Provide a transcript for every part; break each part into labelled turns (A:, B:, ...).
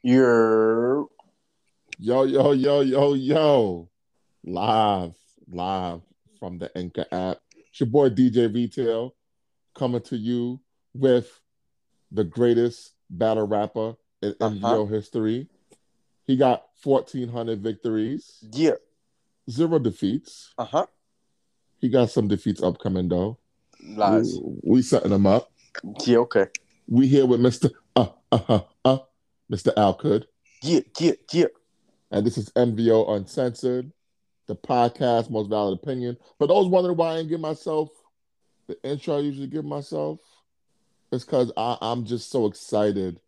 A: You're
B: Yo, yo, yo, yo, yo. Live, live from the Anchor app. It's your boy DJ Retail coming to you with the greatest battle rapper in
A: Uh-huh.
B: MVO history. He got 1,400 victories,
A: yeah.
B: zero defeats.
A: Uh huh.
B: He got some defeats upcoming, though.
A: Lies.
B: We, we setting him up.
A: Yeah. Okay.
B: We here with Mr. Uh, uh, uh, uh, Mr. Alcud.
A: Yeah. Yeah. Yeah.
B: And this is MVO Uncensored, the podcast, most valid opinion. For those wondering why I didn't give myself the intro I usually give myself, it's because I'm just so excited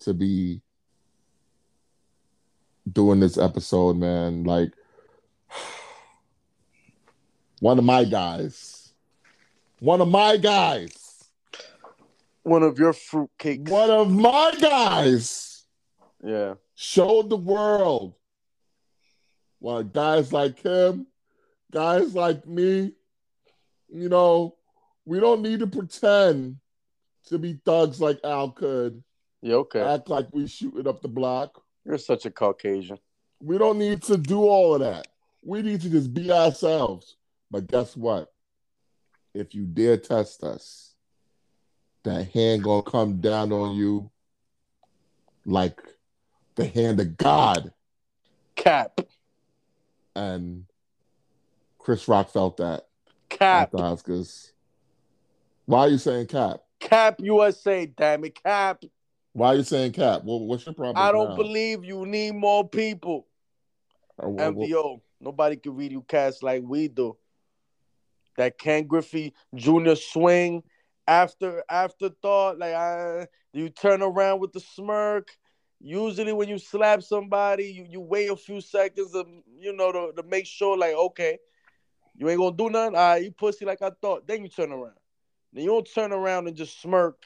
B: to be doing this episode, man. Like, one of my guys, one of my guys,
A: One of your fruitcakes.
B: one of my guys
A: Yeah.
B: showed the world why guys like him, guys like me, you know, we don't need to pretend to be thugs like Al could,
A: Yeah. Okay.
B: act like we shooting up the block.
A: You're such a Caucasian.
B: We don't need to do all of that. We need to just be ourselves. But guess what? If you dare test us, that hand gonna come down on you like the hand of God.
A: Cap.
B: and Chris Rock felt that at
A: Cap.
B: the Oscars. Why are you saying cap?
A: Cap USA. Damn it. Cap.
B: Why are you saying cap? Well, what's your problem?
A: I don't
B: now?
A: believe you need more people.
B: Or what- what-
A: MVO. Nobody can read you cats like we do. That Ken Griffey Jr. swing after afterthought. Like I, you turn around with the smirk. Usually when you slap somebody, you, you wait a few seconds to you know to, to make sure like okay, you ain't gonna do nothing. All right, you pussy like I thought. Then you turn around. Then you don't turn around and just smirk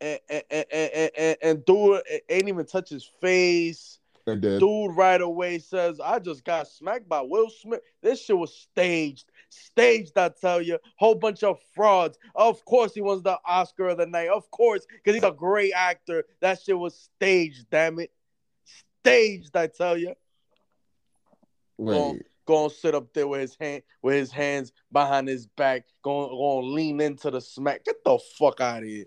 A: and and, and, and, and, and do it. Ain't even touch his face
B: they did.
A: dude right away says, I just got smacked by Will Smith. This shit was staged. Staged, I tell you. Whole bunch of frauds. Of course he wins the Oscar of the night. Of course, because he's a great actor. That shit was staged, damn it. Staged, I tell you.
B: Wait,
A: Gonna sit up there with his hand with his hands behind his back, going gonna lean into the smack. Get the fuck out of here.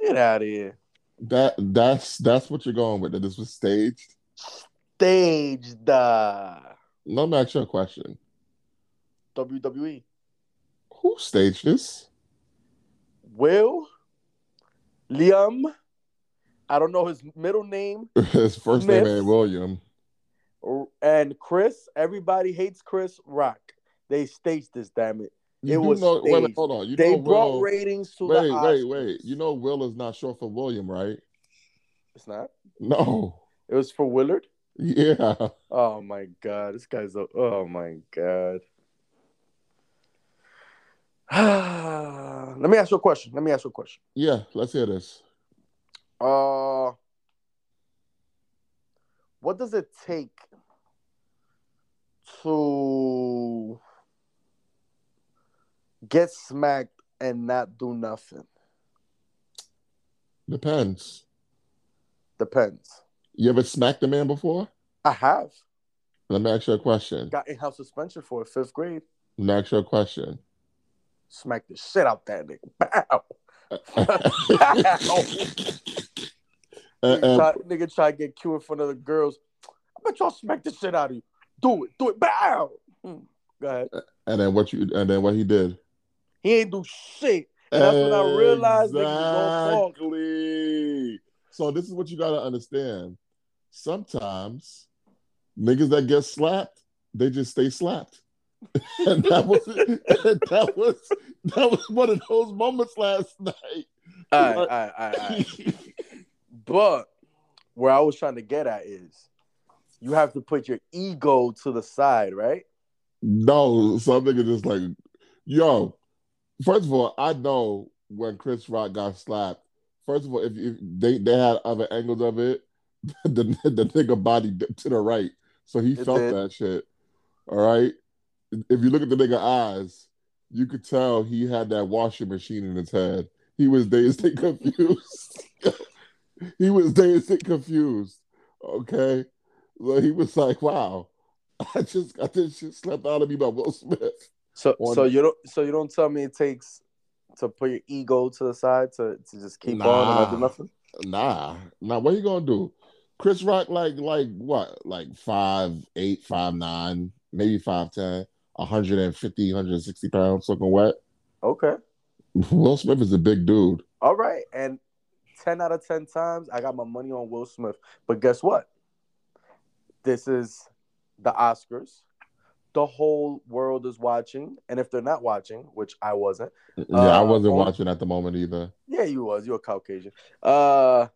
A: Get out of here.
B: that that's that's what you're going with. That this was staged.
A: Staged uh,
B: Let me ask you a question.
A: WWE.
B: Who staged this?
A: Will Liam. I don't know his middle name.
B: His first name
A: Smith.
B: ain't William.
A: And Chris. Everybody hates Chris Rock. They staged this, damn it.
B: You
A: It
B: do
A: was
B: know, wait,
A: staged.
B: hold on. You
A: they
B: know
A: brought
B: Will,
A: ratings to
B: Wait, wait,
A: the Oscars.
B: wait. You know Will is not short for William, right?
A: it's not.
B: No.
A: It was for Willard.
B: Yeah.
A: Oh my god, this guy's a. Oh my god. Let me ask you a question. Let me ask you a question.
B: Yeah. Let's hear this.
A: Uh, what does it take to get smacked and not do nothing?
B: Depends.
A: Depends.
B: You ever smacked a man before?
A: I have
B: Let me ask you a question.
A: got in-house suspension for it, fifth grade.
B: Let me ask you a question.
A: Smacked the shit out that nigga. Bow.
B: And-
A: Nigga
B: and
A: try, nigga try to get cute in front of the girls. I bet y'all smack the shit out of you. Do it. Do it. Bow. Hmm. Go ahead.
B: and then what you and then what he did.
A: He ain't do shit. That's when I realized niggas don't talk.
B: Exactly. So this is what you gotta understand. Sometimes niggas that get slapped, they just stay slapped. and that was that was that was one of those moments last night.
A: All right, all right, all right, all right. But where I was trying to get at is you have to put your ego to the side, right?
B: No, some nigga just like, yo. First of all, I know when Chris Rock got slapped. First of all, if, if they they had other angles of it, the the nigga body dipped to the right, so he
A: It
B: felt
A: did.
B: that shit. All right. If you look at the nigga eyes, you could tell he had that washing machine in his head. He was dazed and confused. he was dancing confused. Okay. So he was like, wow, I just got this shit slapped out of me by Will Smith.
A: So
B: One-
A: so you don't so you don't tell me it takes to put your ego to the side to, to just keep on and not do
B: Nah.
A: nothing.
B: Nah. Nah, what you gonna do? Chris Rock like like what? Like five, eight, five, nine, maybe five ten, 150, 160 pounds looking wet.
A: Okay.
B: Will Smith is a big dude.
A: All right. And ten out of ten times I got my money on Will Smith. But guess what? This is the Oscars. The whole world is watching. And if they're not watching, which I wasn't,
B: Yeah,
A: Uh,
B: I wasn't
A: on-
B: watching at the moment either.
A: yeah, you was. You're Caucasian. Uh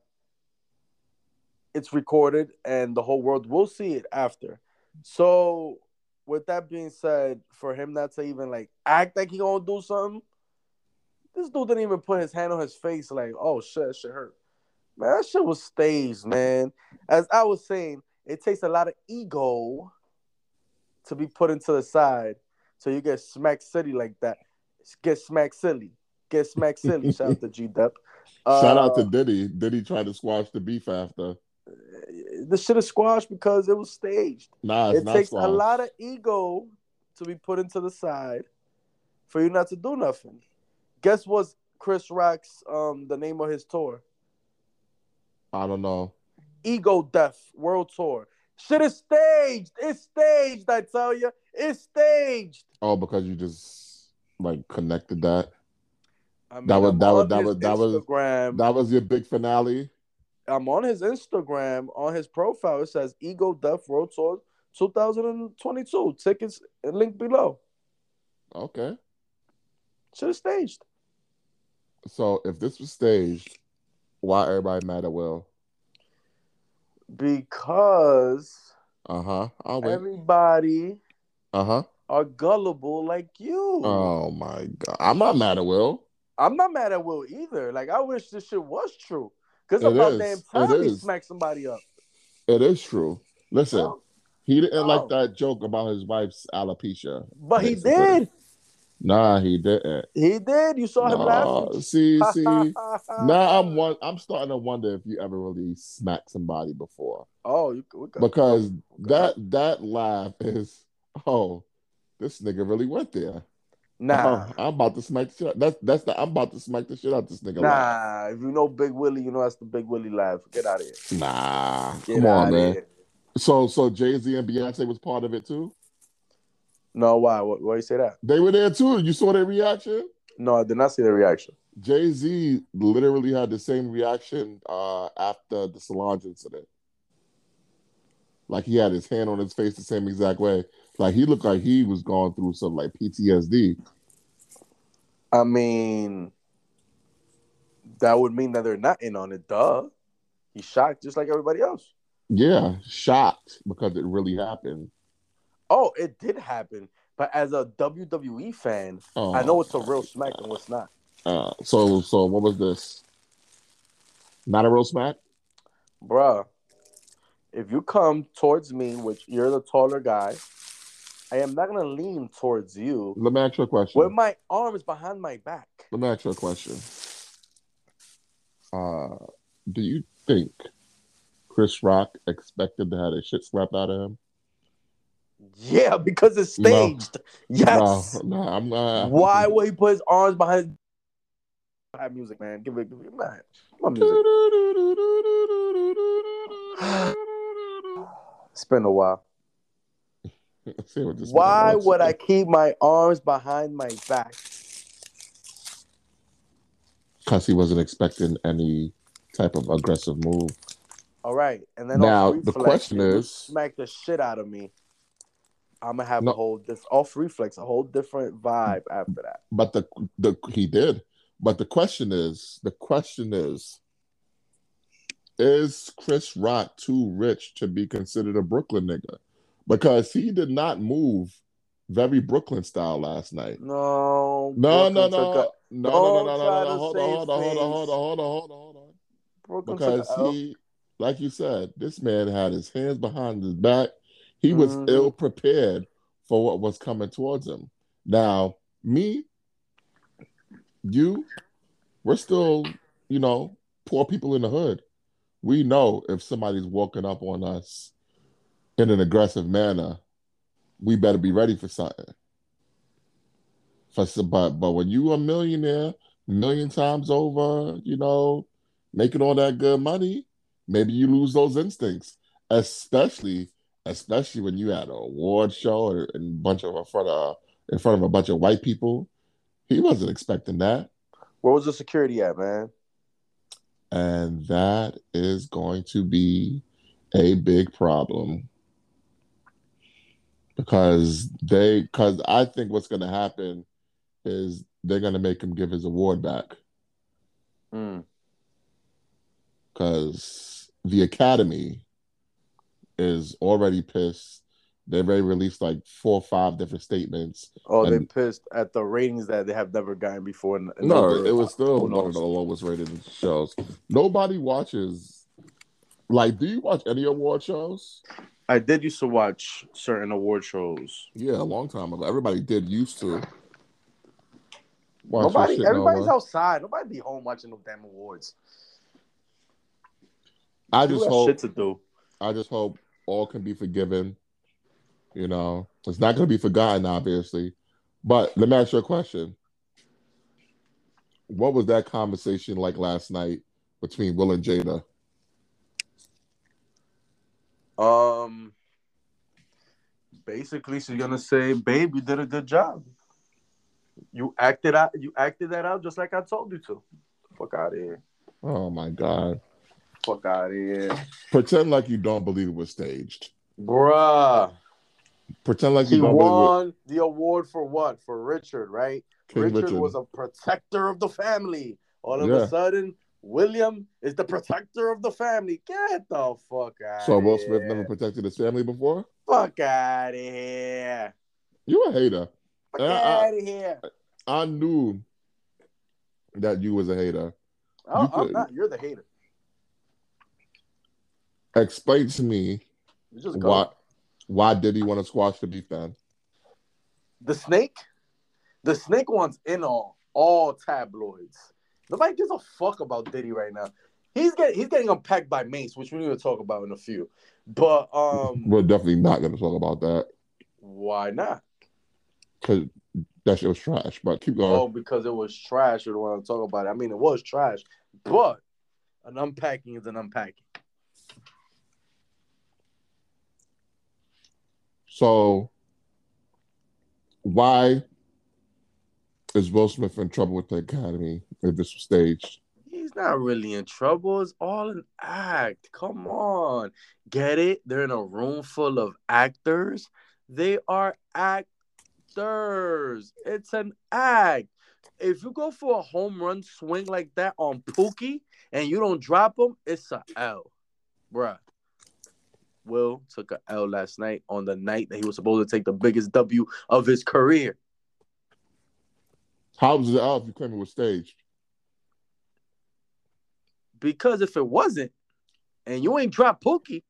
A: it's recorded and the whole world will see it after. So with that being said, for him not to even like act like he gonna do something, this dude didn't even put his hand on his face like, oh shit, that shit hurt. Man, that shit was staged, man. As I was saying, it takes a lot of ego to be put into the side. So you get smack city like that. Get smack silly. Get smack silly. Shout out to G Dep.
B: Shout out
A: Uh,
B: to Diddy. Diddy tried to squash the beef after.
A: the shit is squashed because it was staged.
B: Nah, it's
A: it
B: not
A: takes
B: squash.
A: a lot of ego to be put into the side for you not to do nothing. Guess what's Chris Rock's um the name of his tour?
B: I don't know.
A: Ego Death World Tour. Shit is staged. It's staged, I tell you. It's staged.
B: Oh, because you just like connected that.
A: I mean,
B: That was-
A: I'm
B: that was-
A: on
B: that
A: his
B: was- that was-
A: Instagram.
B: That was your big finale.
A: I'm on his Instagram. On his profile, it says Ego Death World Tour 2022. Tickets link below.
B: Okay.
A: Shit is staged.
B: So if this was staged, why everybody mad at Will?
A: because
B: Uh huh. I'll wait.
A: everybody
B: Uh huh.
A: are gullible like you.
B: Oh my god. I'm not mad at Will.
A: I'm not mad at Will either. Like I wish this shit was true. Cause
B: It
A: about
B: is.
A: damn
B: It
A: time he
B: is.
A: smacked somebody up.
B: It is true. Listen,
A: No,
B: he didn't
A: Oh.
B: like that joke about his wife's alopecia.
A: but he
B: Basically.
A: did.
B: Nah, he didn't.
A: He did. You saw him
B: Nah,
A: laughing.
B: see, see. Now I'm one. I'm starting to wonder if you ever really smacked somebody before,
A: Oh, you we got-
B: because that that laugh is, oh, this nigga really went there.
A: nah.
B: Oh, I'm about to smack the shit. Out. That's that's the I'm about to smack the shit out this nigga. laugh.
A: Nah, if you know Big Willie, you know that's the Big Willie laugh. Get out of here.
B: nah.
A: Get
B: Come
A: outta
B: on, man.
A: here.
B: So so Jay Z and Beyonce was part of it too.
A: No, why? Why why you say that?
B: They were there too. You saw their reaction.
A: No, I did not see the reaction.
B: Jay Z literally had the same reaction uh, after the Solange incident. Like he had his hand on his face the same exact way. Like he looked like he was going through some like PTSD.
A: I mean, that would mean that they're not in on it, duh. He's shocked just like everybody else.
B: Yeah, shocked because it really happened.
A: Oh, it did happen. But as a WWE fan,
B: Oh,
A: I know it's a real smack and what's not.
B: Uh, so so what was this? Not a real smack.
A: Bruh, if you come towards me, which you're the taller guy, I am not gonna lean towards you
B: Let me ask you a question.
A: with my arms behind my back.
B: Let me ask you a question. Uh, do you think Chris Rock expected to have a shit slapped out of him?
A: Yeah, because it's
B: No.
A: staged. Yes.
B: No, no, I'm not.
A: Why would he put his arms behind his High music, man? Give it, give it, man. My music. It's been a while.
B: Let's see what this
A: Why
B: nigga wants
A: would
B: to
A: I
B: do.
A: keep my arms behind my back?
B: Because he wasn't expecting any type of aggressive move.
A: All right, and then
B: Now,
A: off
B: the
A: reflex,
B: question
A: if you
B: is-
A: smack the shit out of me. I'm gonna have
B: No.
A: a whole this off reflex, a whole different vibe after that.
B: But the the he did. But the question is, the question is, is Chris Rock too rich to be considered a Brooklyn nigga? Because he did not move very Brooklyn style last night.
A: No,
B: No, no,
A: Brooklyn
B: no,
A: took a-
B: no, no, no, no,
A: Don't
B: no,
A: try
B: no.
A: to
B: Hold
A: say
B: on, hold on, hold on,
A: things.
B: hold on, hold on, hold on, hold on.
A: Brooklyn
B: Because
A: took a L.
B: he, like you said, this man had his hands behind his back. He was
A: Mhm.
B: ill prepared for what was coming towards him. Now, me, you, we're still, you know, poor people in the hood. we know if somebody's walking up on us in an aggressive manner, we better be ready for something. For some- but but when you a millionaire, million times over, you know, making all that good money, maybe you lose those instincts, especially especially when you at an award show or in bunch of in front of in front of a bunch of white people. He wasn't expecting that.
A: Where was the security at, man?
B: And that is going to be a big problem because they, because I think what's going to happen is they're going to make him give his award back
A: Mm.
B: because the Academy is already pissed. They've already released like four or five different statements.
A: Oh, they
B: And-
A: pissed at the ratings that they have never gotten before. in- in
B: No,
A: over-
B: it was still
A: who
B: one of
A: knows?
B: the lowest rated shows. Nobody watches. Like, do you watch any award shows?
A: I did used to watch certain award shows.
B: Yeah, a long time ago. Everybody did used to. Watch
A: Nobody,
B: this shit no
A: everybody's
B: more.
A: outside. Nobody be home watching no damn awards.
B: I
A: People
B: just
A: have
B: hope.
A: shit to do.
B: I just hope all can be forgiven. You know, it's not going to be forgotten, obviously. But let me ask you a question. What was that conversation like last night between Will and Jada?
A: Um, basically, she's gonna say, "Babe, you did a good job. You acted out. You acted that out just like I told you to. Fuck out of here.
B: Oh my God.
A: Fuck out of here,
B: Pretend like you don't believe it was staged.
A: bruh.
B: Pretend like you
A: He
B: don't believe it was
A: won the award for what? For Richard, right?
B: King
A: Richard,
B: Richard.
A: was a protector of the family. All of
B: Yeah.
A: a sudden, William is the protector of the family. Get the fuck out.
B: so
A: of
B: Will Smith
A: here.
B: never protected his family before?
A: Fuck out of here.
B: You a hater.
A: Fuck
B: Yeah, I-
A: out of here.
B: I knew that you was a hater.
A: Oh, I'm
B: could-
A: not. You're the hater.
B: Explain to me
A: You just go.
B: why why did he want to squash the beef then?
A: The snake. The snake wants in on all tabloids. Nobody gives a fuck about Diddy right now. He's getting he's getting unpacked by Mace, which we need to talk about in a few. But um,
B: We're definitely not going to talk about that
A: why not?
B: because that shit was trash. But keep
A: Oh,
B: going.
A: because it was trash. You don't want to talk about it. I mean, it was trash, but an unpacking is an unpacking.
B: So why is Will Smith in trouble with the Academy if this was staged?
A: He's not really in trouble. It's all an act. Come on. Get it? They're in a room full of actors. They are actors. It's an act. If you go for a home run swing like that on Pookie and you don't drop him, it's a L. Bruh. Will took a L last night on the night that he was supposed to take the biggest W of his career.
B: How was it out if you claim it was staged?
A: Because if it wasn't, and you ain't dropped Pookie,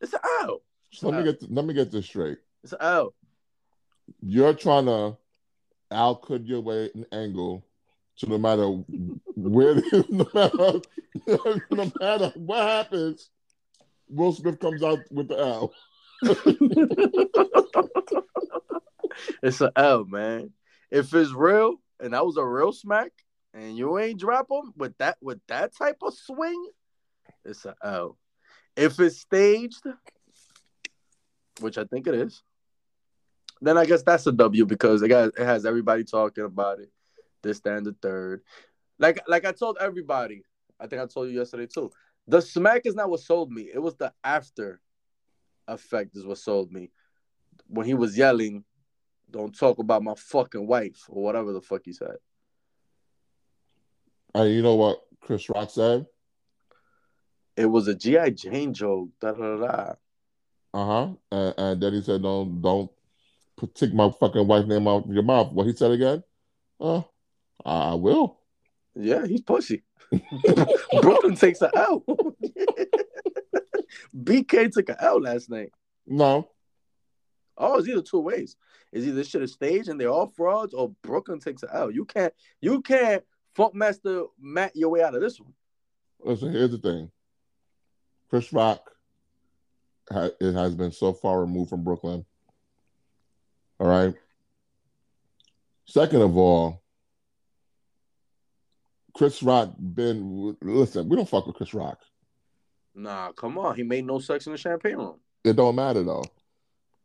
A: it's an L.
B: So
A: Uh,
B: let me get let me get this straight.
A: It's an L.
B: You're trying to Al could your way an angle to no matter where no matter no matter what happens, Will Smith comes out with the L.
A: It's an L, man. If it's real, and that was a real smack, and you ain't drop him with that with that type of swing, it's an L. If it's staged, which I think it is, then I guess that's a W because it got it has everybody talking about it. This, that, and the third. Like like I told everybody, I think I told you yesterday too. The smack is not what sold me. It was the after effect is what sold me. When he was yelling, don't talk about my fucking wife or whatever the fuck he said.
B: And you know what Chris Rock said?
A: It was a GI Jane joke. Da, da, da, da.
B: Uh-huh. And, and then he said, Don't don't put- take my fucking wife's name out of your mouth. What he said again? Uh I I will.
A: Yeah, he's pussy. Brooklyn takes a L. BK took a L last night.
B: No.
A: Oh, it's either two ways. It's either this shit is staged and they're all frauds, or Brooklyn takes a L. You can't, you can't Funkmaster Matt your way out of this one.
B: Listen, here's the thing. Chris Rock ha- it has been so far removed from Brooklyn. All right. Second of all, Chris Rock been listen. We don't fuck with Chris Rock.
A: Nah, come on. He made no sex in the champagne room.
B: It don't matter though.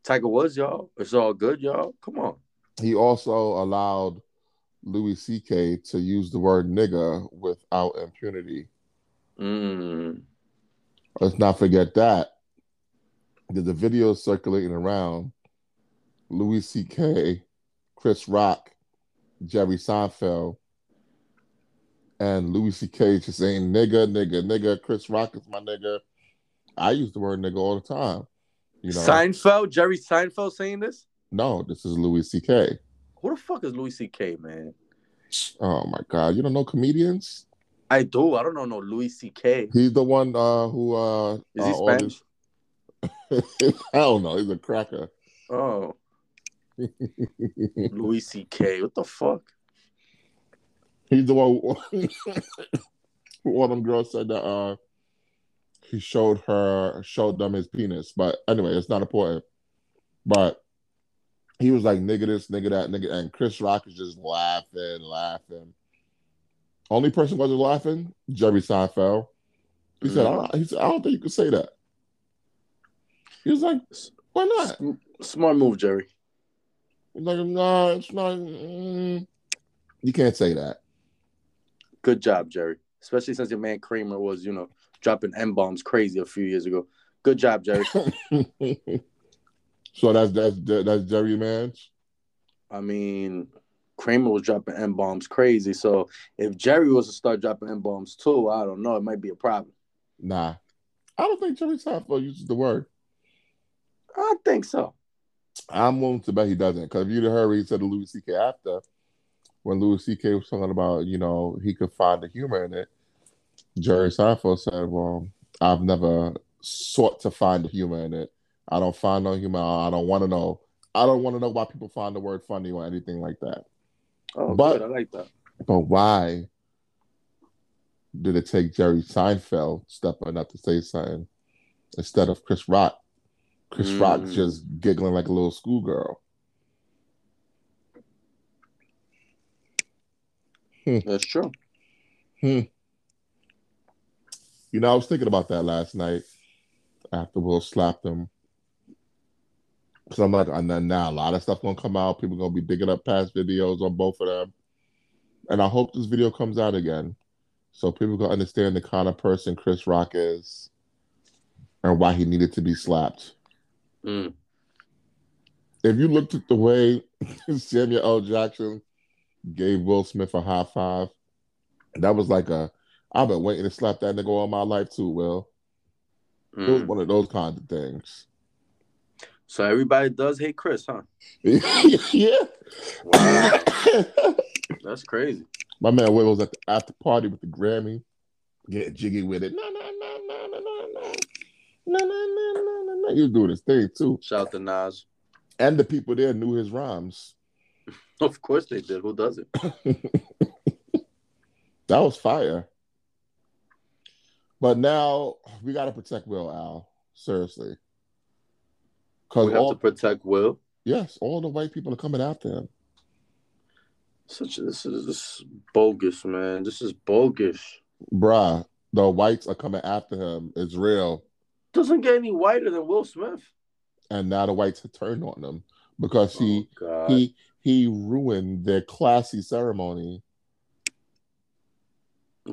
A: Tiger Woods, y'all. It's all good, y'all. Come on.
B: He also allowed Louis C.K. to use the word nigga without impunity.
A: Mm.
B: Let's not forget that. There's a video circulating around Louis C.K., Chris Rock, Jerry Seinfeld, and Louis C.K. just saying nigga, nigga, nigga. Chris Rock is my nigga. I use the word nigga all the time. You know,
A: Seinfeld, Jerry Seinfeld saying this?
B: no, this is Louis C.K.
A: Who the fuck is Louis C.K., man?
B: Oh my God, you don't know comedians?
A: I do. I don't know no Louis C.K. Is
B: He's the one uh, who uh,
A: he
B: uh, all
A: Spanish?
B: this- I don't know. He's a cracker.
A: Oh, Louis C.K. What the fuck?
B: He's the one who, who one of them girls said that uh he showed her showed them his penis. But anyway, it's not important. But he was like nigga this, nigga that, nigga and Chris Rock is just laughing, laughing. Only person wasn't laughing, Jerry Seinfeld. He said, I don't, he said, I don't think you could say that. He was like, why not?
A: S- Smart move, Jerry.
B: He's like, nah, it's not. mm." You can't say that.
A: Good job, Jerry. Especially since your man Kramer was, you know, dropping M bombs crazy a few years ago. Good job, Jerry.
B: so that's that's that's Jerry Mans.
A: I mean, Kramer was dropping M bombs crazy. So if Jerry was to start dropping M bombs too, I don't know. It might be a problem.
B: Nah, I don't think Jerry Seinfeld uses the word.
A: I think so.
B: I'm willing to bet he doesn't. Because if you'd have heard what he said to Louis C.K. after, when Louis C.K. was talking about, you know, he could find the humor in it, Jerry Seinfeld said, "Well, I've never sought to find the humor in it. I don't find no humor. I don't want to know. I don't want to know why people find the word funny or anything like that."
A: Oh,
B: But-
A: good. I like that.
B: But why did it take Jerry Seinfeld stepping up to say something instead of Chris Rock? Chris
A: Mm.
B: Rock just giggling like a little schoolgirl.
A: That's true.
B: You know, I was thinking about that last night after Will slapped him. So I'm like, and then now a lot of stuff gonna come out. People gonna be digging up past videos on both of them, and I hope this video comes out again, so people can understand the kind of person Chris Rock is, and why he needed to be slapped.
A: Mm.
B: if you looked at the way Samuel L. Jackson gave Will Smith a high five, that was like a I've been waiting to slap that nigga all my life too, Will. It was
A: Mm.
B: one of those kinds of things.
A: So everybody does hate Chris, huh?
B: yeah.
A: Wow, that's crazy.
B: my man Will was at the after party with the Grammy. Get jiggy with it. No, no, no, no, no, no, no. No, no, no, no, no, no. He was doing his thing too.
A: Shout out to Nas.
B: And the people there knew his rhymes.
A: Of course they did. Who doesn't?
B: That was fire. But now we got to protect Will Al seriously, because
A: We have
B: all
A: to protect Will.
B: yes, all the white people are coming after him.
A: Such this is this is bogus, man. This is bogus.
B: Bruh, the whites are coming after him. It's real,
A: Doesn't get any whiter than Will Smith.
B: and now the whites have turned on him because he
A: oh, God.
B: he he ruined their classy ceremony.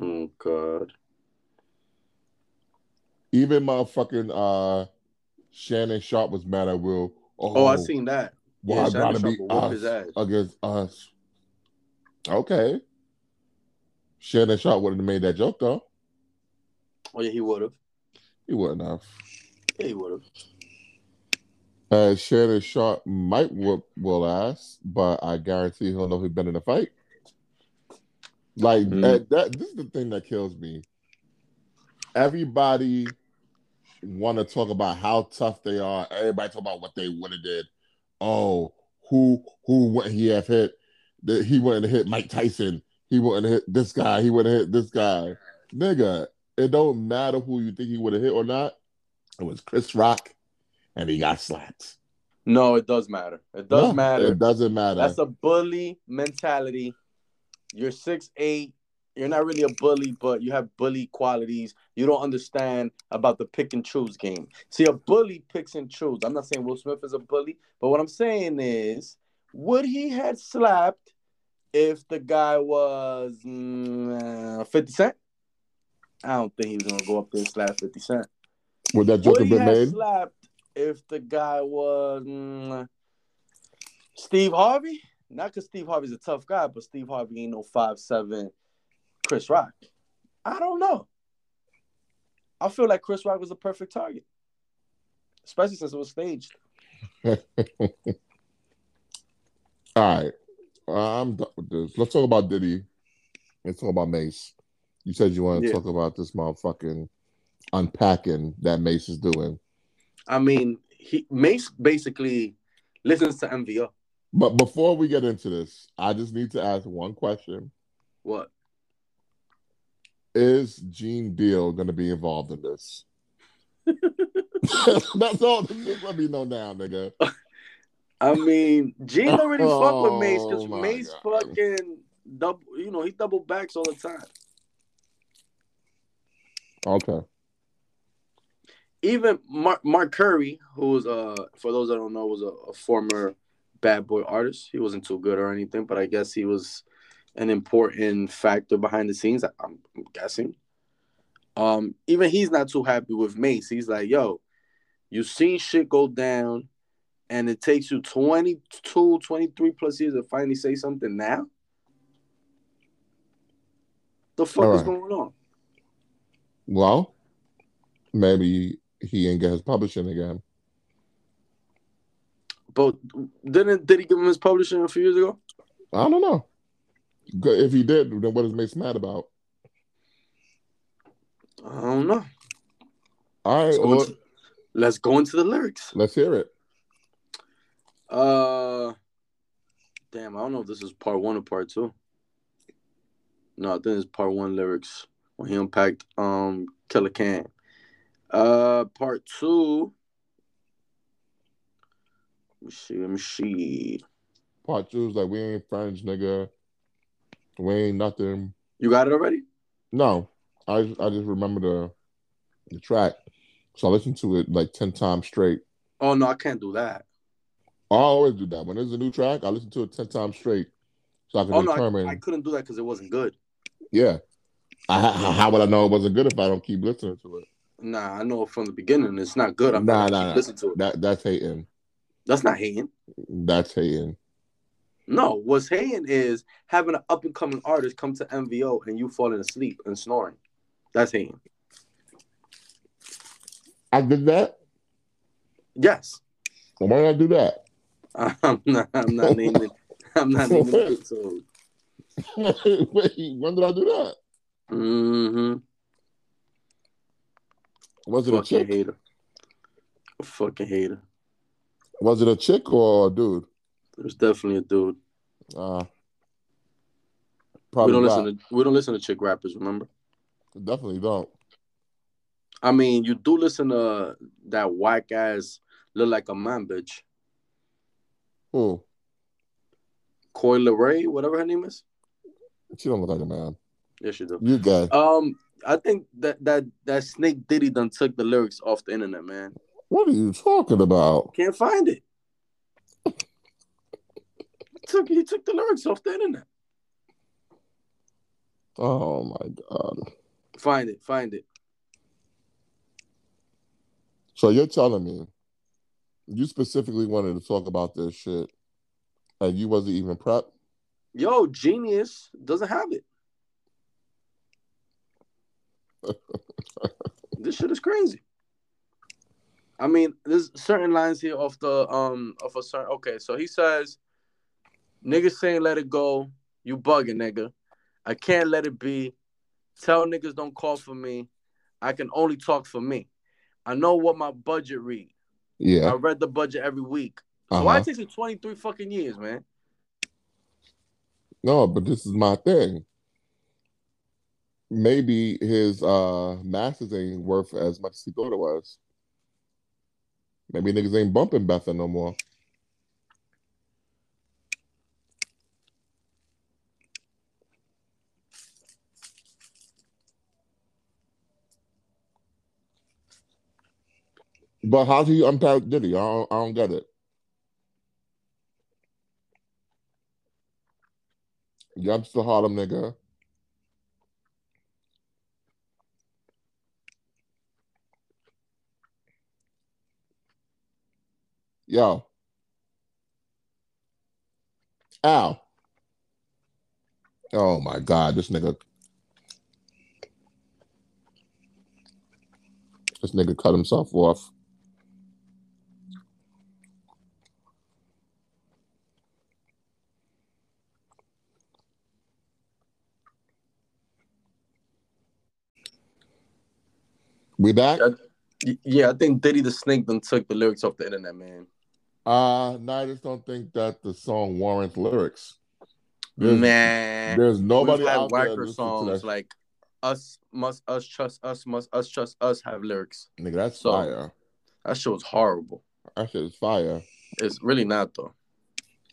A: oh God.
B: Even motherfucking uh, Shannon Sharp was mad at Will.
A: Oh, I seen that.
B: Why
A: Yeah,
B: I
A: Shannon
B: gotta
A: Sharpe
B: be
A: will whoop
B: us
A: his ass.
B: against us? Okay. Shannon Sharp wouldn't have made that joke though.
A: Oh yeah, he would have.
B: He wouldn't have.
A: Yeah, he would have.
B: Uh, Shannon Sharp might whoop Will ass, but I guarantee he'll know he's been in a fight. Like
A: Mm.
B: that, that. This is the thing that kills me. Everybody want to talk about how tough they are. Everybody talk about what they would have did. Oh, who who wouldn't he have hit? That he wouldn't have hit Mike Tyson. He wouldn't have hit this guy. He wouldn't have hit this guy. Nigga, It don't matter who you think he would have hit or not. It was Chris Rock, and he got slapped.
A: No, it does matter. It does
B: No,
A: matter.
B: It doesn't matter.
A: That's a bully mentality. You're six eight. You're not really a bully, but you have bully qualities. You don't understand about the pick and choose game. See, a bully picks and choose. I'm not saying Will Smith is a bully, but what I'm saying is, would he had slapped if the guy was mm, uh, 50 Cent? I don't think he was gonna go up there and slap 50 Cent.
B: Would that joke have
A: Would he
B: been
A: have
B: made?
A: slapped if the guy was mm, Steve Harvey? Not because Steve Harvey's a tough guy, but Steve Harvey ain't no five seven Chris Rock. I don't know. I feel like Chris Rock was a perfect target, especially since it was staged.
B: All right. Uh, I'm done with this. Let's talk about Diddy. Let's talk about Mace. You said you want to
A: Yeah.
B: talk about this motherfucking unpacking that Mace is doing.
A: I mean, he Mace basically listens to MVO.
B: But before we get into this, I just need to ask one question.
A: What?
B: Is Gene Deal going to be involved in this? That's all. Just let me know now, nigga.
A: I mean, Gene already fucked with Mace
B: Oh,
A: because
B: my
A: Mace
B: God.
A: fucking double, you know, he double backs all the time.
B: Okay.
A: even Mark, Mark Curry, who was uh for those that don't know, was a, a former bad boy artist. He wasn't too good or anything, but I guess he was an important factor behind the scenes. I- I'm, I'm guessing. Um, even he's not too happy with Mace. He's like, "Yo, you seen shit go down, and it takes you 22, 23 plus years to finally say something now. The fuck
B: All
A: is
B: right.
A: going on?"
B: Well, maybe he didn't get his publishing again.
A: But didn't did he give him his publishing a few years ago?
B: I don't know. Good- If he did, then what is Mace mad about?
A: I don't know.
B: All right,
A: Let's go
B: well,
A: into- let's go into the lyrics.
B: let's hear it.
A: Uh, damn, I don't know if this is part one or part two. No, I think it's part one lyrics when he unpacked um Killer Can. Uh, part two. Let me see. Let me see.
B: Part two is like we ain't friends, nigga. We ain't nothing.
A: You got it already?
B: No, I I just remember the the track, so I listened to it like ten times straight.
A: Oh no, I can't do that.
B: I always do that when there's a new track. I listen to it ten times straight, so I can
A: Oh no,
B: determine.
A: I, I couldn't do that because it wasn't good.
B: Yeah, I, how- how would I know it wasn't good if I don't keep listening to it?
A: Nah, I know from the beginning it's not good. I'm
B: Nah,
A: not gonna
B: nah,
A: keep
B: nah.
A: listening to it.
B: That that's hating.
A: That's not hating.
B: That's hating.
A: No, what's hating is having an up and coming artist come to MVO and you falling asleep and snoring. That's hating.
B: I did that.
A: Yes.
B: Why did I do that?
A: I'm not. I'm not naming. I'm not naming episodes.
B: Wait, when did I do that?
A: Mm-hmm.
B: Was it a
A: Fucking
B: chick?
A: hater. Fucking hater.
B: Was it a chick or a dude?
A: There's definitely a dude.
B: Uh,
A: We
B: probably
A: don't
B: not.
A: listen to. We don't listen to chick rappers. Remember.
B: Definitely don't.
A: I mean, you do listen to that whack ass look like a man bitch,
B: Who?
A: Coy Ray, whatever her name is.
B: She don't look like a man.
A: Yes, you do.
B: You guys.
A: Um, I think that that that Snake Diddy done took the lyrics off the internet, man.
B: What are you talking about?
A: Can't find it. took he took the lyrics off the internet.
B: Oh my god.
A: Find it. Find it.
B: So you're telling me you specifically wanted to talk about this shit and you wasn't even prep?
A: Yo, genius doesn't have it. this shit is crazy. I mean, there's certain lines here off the um of a certain okay, so he says, niggas saying let it go, you bugging nigga. I can't let it be. Tell niggas don't call for me. I can only talk for me. I know what my budget read. I
B: Yeah.
A: read the budget every week. So
B: Uh-huh.
A: why it takes you 23 fucking years, man?
B: No, but this is my thing. maybe his uh masters ain't worth as much as he thought it was. Maybe niggas ain't bumping Betha no more. But how do you unpack Diddy? I don't, I don't get it. Youngster Harlem nigga. Yo. Ow. Oh my God, this nigga. This nigga cut himself off. We back?
A: Y- Yeah, I think Diddy the Snake then took the lyrics off the internet, man.
B: Uh, no, I just don't think that the song warrants lyrics. There's,
A: man,
B: there's nobody
A: we've had
B: out there
A: whacker
B: listening to
A: songs
B: that.
A: like "Us Must Us Trust Us Must Us Trust Us" have lyrics.
B: nigga, that's
A: So-
B: fire.
A: That shit was horrible.
B: That shit is fire.
A: It's really not though.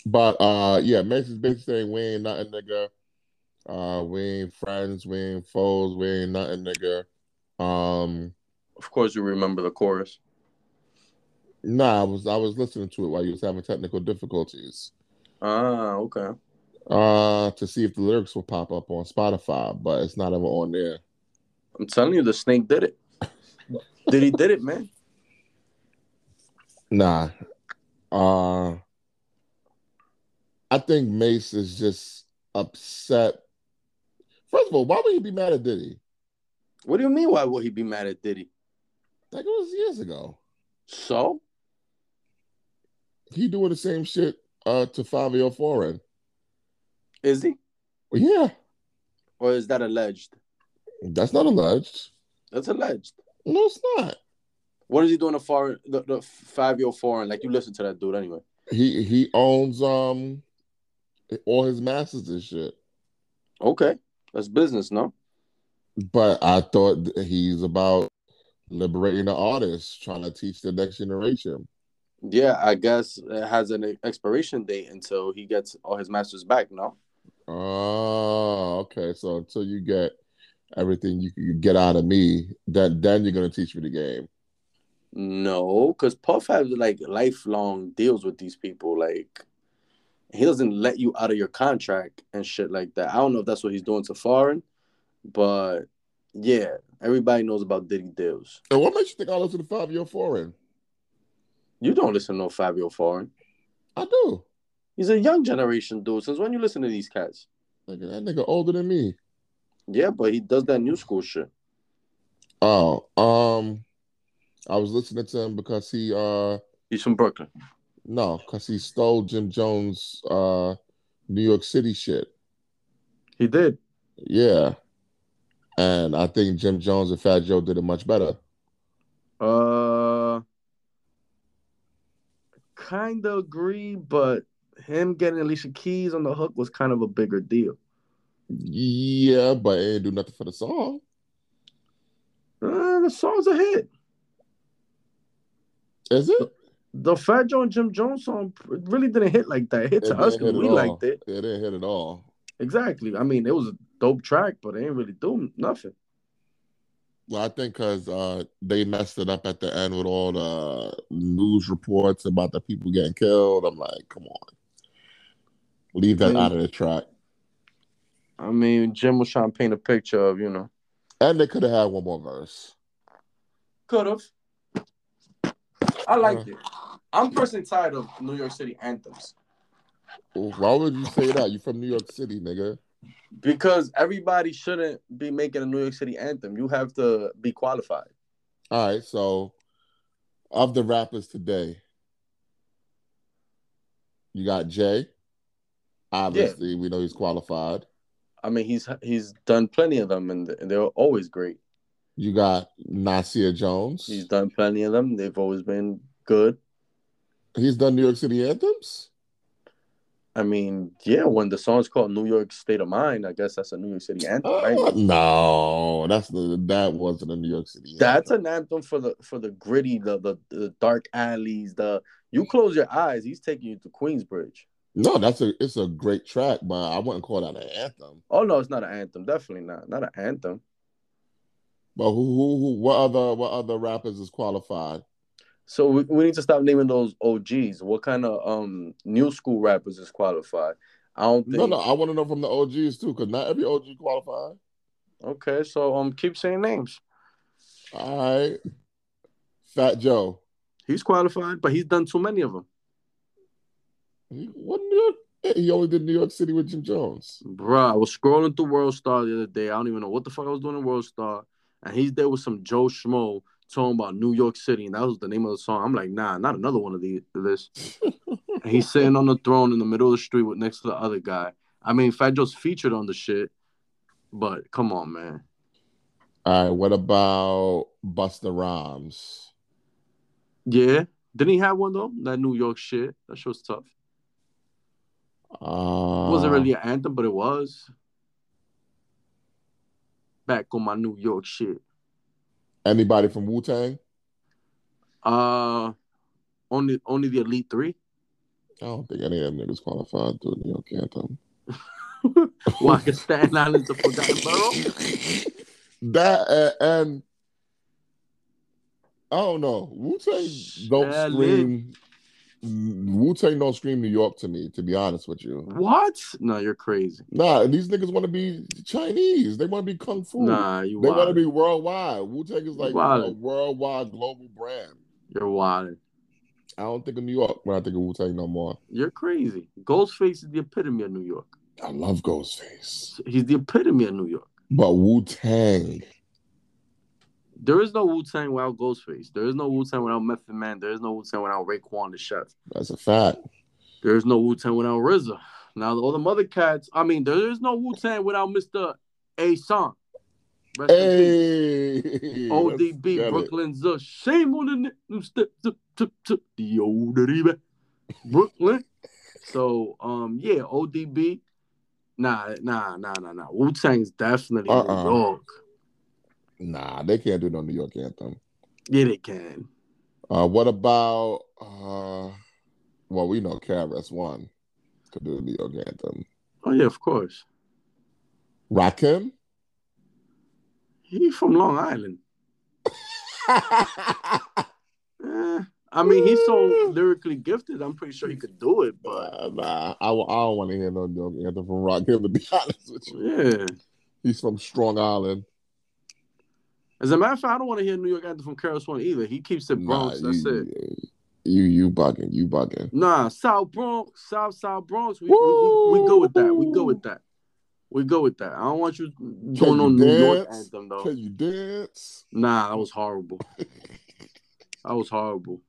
B: But uh, yeah, Max is basically saying we ain't nothing, nigga. Uh, we ain't friends, we ain't foes, we ain't nothing, nigga. Um,
A: Of course, you remember the chorus.
B: nah, I was I was listening to it while you was having technical difficulties.
A: Ah, okay.
B: Uh, to see if the lyrics will pop up on Spotify, but it's not ever on there.
A: I'm telling you, the snake did it. Diddy did it, man.
B: Nah. Uh I think Mace is just upset. First of all, why would he be mad at Diddy?
A: What do you mean? Why would he be mad at Diddy?
B: Like it was years ago.
A: So
B: He doing the same shit uh to Fabio Foreign.
A: is he,
B: Well, yeah,
A: or is that alleged?
B: that's not alleged.
A: That's alleged.
B: No, it's not.
A: What is he doing to foreign the, the five year foreign? Like you listen to that dude anyway.
B: He he owns um all his masters and shit.
A: Okay, that's business, no?
B: But I thought that he's about liberating the artists, trying to teach the next generation.
A: Yeah, I guess it has an expiration date until he gets all his masters back. No,
B: Oh, okay. So until you get everything you can get out of me, then then you're gonna teach me the game.
A: no, because Puff has like lifelong deals with these people. Like he doesn't let you out of your contract and shit like that. I don't know if that's what he's doing to foreign, but yeah, everybody knows about Diddy deals.
B: And what makes you think I listen to Five Year Foreign?
A: You don't listen to no five year foreign.
B: I do.
A: He's a young generation dude. Since when you listen to these cats?
B: Nigga, that nigga older than me.
A: Yeah, but he does that new school shit.
B: Oh, um, I was listening to him because he uh
A: He's from Brooklyn.
B: no, because he stole Jim Jones uh New York City shit.
A: He did.
B: Yeah. And I think Jim Jones and Fat Joe did it much better.
A: Uh, kind of agree, but him getting Alicia Keys on the hook was kind of a bigger deal.
B: Yeah, but it didn't do nothing for the song.
A: Uh, the song's a hit.
B: Is it?
A: The Fat Joe and Jim Jones song really didn't hit like that. It hit
B: It
A: to us
B: didn't hit
A: because
B: at
A: we
B: all.
A: liked it.
B: It didn't hit at all.
A: Exactly. I mean, it was a dope track, but it ain't really do nothing.
B: Well, I think because uh, they messed it up at the end with all the news reports about the people getting killed. I'm like, come on, leave that
A: Mm.
B: out of the track.
A: I mean, Jim was trying to paint a picture of, you know.
B: And they could have had one more verse.
A: Could have. I
B: liked
A: it. I'm personally tired of New York City anthems.
B: Why would you say that? You from New York City, nigga.
A: Because everybody shouldn't be making a New York City anthem. You have to be qualified.
B: All right, so of the rappers today, you got Jay. Obviously, we know he's qualified.
A: I mean, he's he's done plenty of them, and they're always great.
B: You got Nasir Jones.
A: He's done plenty of them. They've always been good.
B: he's done New York City anthems.
A: I mean, yeah, when the song's called New York State of Mind, I guess that's a New York City anthem, right?
B: Uh, no, that's the, that wasn't a New York City.
A: That's
B: anthem.
A: an anthem for the for the gritty, the, the the dark alleys, the you close your eyes, he's taking you to Queensbridge.
B: no. That's a it's a great track, but I wouldn't call that an anthem.
A: Oh no, it's not an anthem. Definitely not. Not an anthem.
B: But who, who, who what other what other rappers is qualified?
A: So we, we need to stop naming those OGs. What kind of um new school rappers is qualified? I don't think
B: No, no, I want to know from the OGs too, because not every OG qualified.
A: okay, so um keep saying names.
B: All right, Fat Joe.
A: He's qualified, but he's done too many of them.
B: He- What New York? eh, He only did New York City with Jim Jones.
A: Bruh, I was scrolling through World Star the other day. I don't even know what the fuck I was doing in World Star. And he's there with some Joe Schmo talking about New York City, and that was the name of the song. I'm like, nah, not another one of these this. And he's sitting on the throne in the middle of the street with next to the other guy. I mean, Fat Joe's featured on the shit, but come on, man.
B: All right, what about Buster Rhymes?
A: Yeah. Didn't he have one though? That New York shit. That shit was tough.
B: Uh,
A: It wasn't really an anthem, but it was. Back on my New York shit.
B: anybody from Wu Tang?
A: Uh only only the Elite Three.
B: I don't think any of them niggas qualified to a New York anthem.
A: Why can Staten Island's a forgotten borough?
B: That and, and I don't know. Wu Tang don't
A: Shall
B: scream. Wu Tang don't scream New York to me. To be honest with you,
A: What? No, you're crazy.
B: nah. These niggas want to be Chinese. They want to be kung fu.
A: Nah, you
B: They want to
A: wild.
B: be worldwide. Wu Tang is like a
A: Wild.
B: worldwide global brand.
A: You're wild.
B: I don't think of New York when I think of Wu Tang no more.
A: You're crazy. Ghostface is the epitome of New York.
B: I love Ghostface,
A: He's the epitome of New York.
B: but Wu Tang.
A: There is no Wu Tang without Ghostface. There is no Wu Tang without Method Man. There is no Wu Tang without Raekwon the Chef.
B: That's a fact.
A: There is no Wu Tang without RZA. Now all the other cats. I mean, there is no Wu Tang without Mister A Song. Rest in peace.
B: Hey,
A: ODB
B: Let's get it.
A: Brooklyn's a shame on the ni- them step tip, tip, tip, the old baby. Brooklyn. So um yeah, ODB. Nah, nah, nah, nah, nah. Wu Tang's definitely
B: Uh-uh.
A: New York.
B: Nah, they can't do no New York anthem.
A: Yeah, they can.
B: Uh, what about uh, well, we know KRS One could do the New York anthem.
A: Oh yeah, of course.
B: Rakim.
A: He from Long Island. Eh, I mean, he's so
B: Mm.
A: lyrically gifted. I'm pretty sure he could do it, but
B: Uh, nah, I, w- I don't want to hear no New York anthem from Rakim. To be honest with you,
A: yeah.
B: he's from Strong Island.
A: As a matter of fact, I don't want to hear New York anthem from Karis One either. He keeps it Bronx.
B: nah,
A: that's
B: you,
A: it.
B: You you bugging, you bugging.
A: Nah, South Bronx, South South Bronx. We, we, we, we go with that. We go with that. We go with that. I don't want you doing no
B: you
A: New York
B: dance?
A: anthem though.
B: Can you dance?
A: Nah, that was horrible. that was horrible.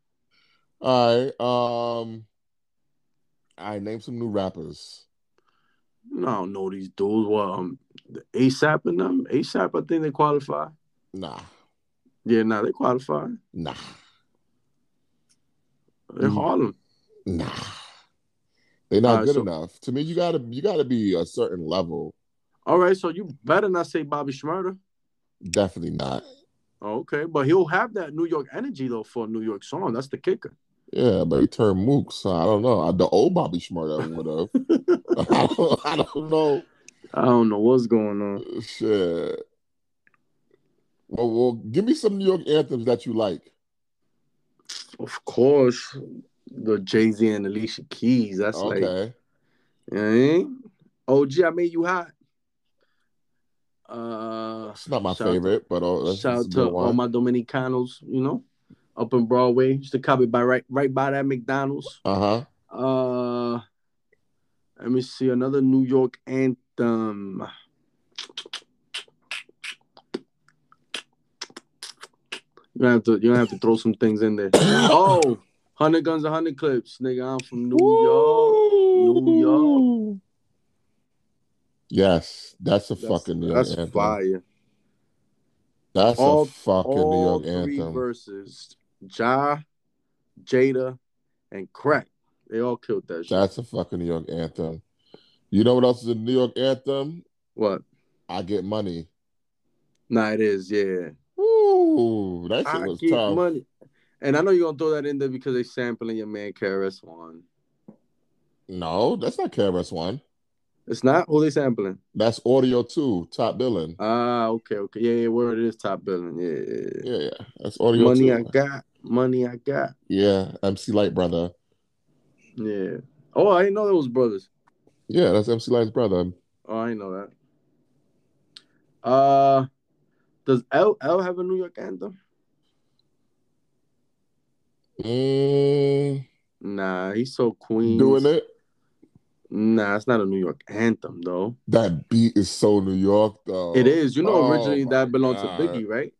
B: All right. Um. I name some new rappers.
A: No, I don't know these dudes. Well, um, ASAP and them. ASAP, I think they qualify.
B: Nah,
A: Yeah, nah, they qualify.
B: nah,
A: They're
B: Mm.
A: Harlem.
B: nah. They're not
A: All right,
B: good
A: so-
B: enough. To me, you gotta you gotta be a certain level.
A: All right, so you better not say Bobby Schmurda.
B: Definitely not.
A: Okay, but he'll have that New York energy though for a New York song. That's the kicker.
B: Yeah, but he turned mook, so I don't know. The old Bobby Schmurda would have. I, don't, I don't know.
A: I don't know what's going on.
B: Shit. Well, well, give me some New York anthems that you like.
A: Of course, the Jay Z and Alicia Keys. That's like,
B: okay.
A: eh? OG, I made you hot. Uh,
B: It's not my
A: shout out to-
B: favorite, but oh, that's,
A: shout
B: that's a
A: out
B: good
A: to all
B: one.
A: my Dominicanos, you know, up in Broadway. Used to copy by right, right by that McDonald's.
B: Uh huh.
A: Uh, let me see another New York anthem. You gonna have to you gonna have to throw some things in there. Oh, hundred guns, hundred clips, nigga. I'm from New York. New York.
B: Yes, that's a
A: That's-
B: fucking New York
A: That's
B: anthem.
A: fire.
B: That's
A: All-
B: a fucking New
A: All
B: York
A: three
B: anthem.
A: verses: Ja, Jada, and Crack. They all killed that shit.
B: That's a fucking New York anthem. You know what else is a New York anthem?
A: What?
B: I get money.
A: Nah, it is. Yeah.
B: Ooh, that shit
A: I
B: was
A: keep
B: tough.
A: money. And I know you're gonna throw that in there because they sampling your man KRS One.
B: No, that's not KRS One.
A: It's not who they sampling.
B: That's audio two, top billing.
A: Ah, okay, okay. Yeah, yeah, where it is top billing. Yeah, yeah,
B: Yeah, yeah. That's
A: yeah.
B: audio
A: Money
B: two.
A: I got. Money I got.
B: Yeah, MC Light brother.
A: Yeah. Oh, I didn't know that was brothers.
B: Yeah, that's MC Light's brother.
A: Oh, I didn't know that. Uh does LL have a New York anthem?
B: Mm,
A: Nah, he's so Queens.
B: doing it.
A: Nah, it's not a New York anthem though.
B: That beat is so New York though.
A: it is. You know,
B: Oh
A: originally
B: my
A: that belonged
B: God.
A: to Biggie, right?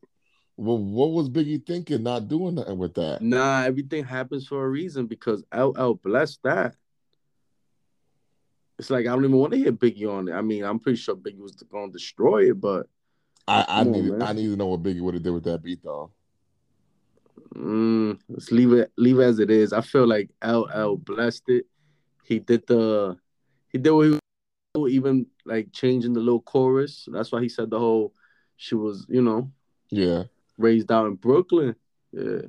B: Well, what was Biggie thinking? Not doing nothing with that.
A: Nah, everything happens for a reason because LL blessed that. It's like I don't even want to hear Biggie on it. I mean, I'm pretty sure Biggie was gonna destroy it, but
B: I, I
A: Come on,
B: need
A: man.
B: I need to know what Biggie would have did with that beat though.
A: mm, let's leave it leave it as it is. I feel like LL blessed it. He did the he did what he was even like changing the little chorus. That's why he said the whole she was, you know,
B: Yeah,
A: raised out in Brooklyn. Yeah.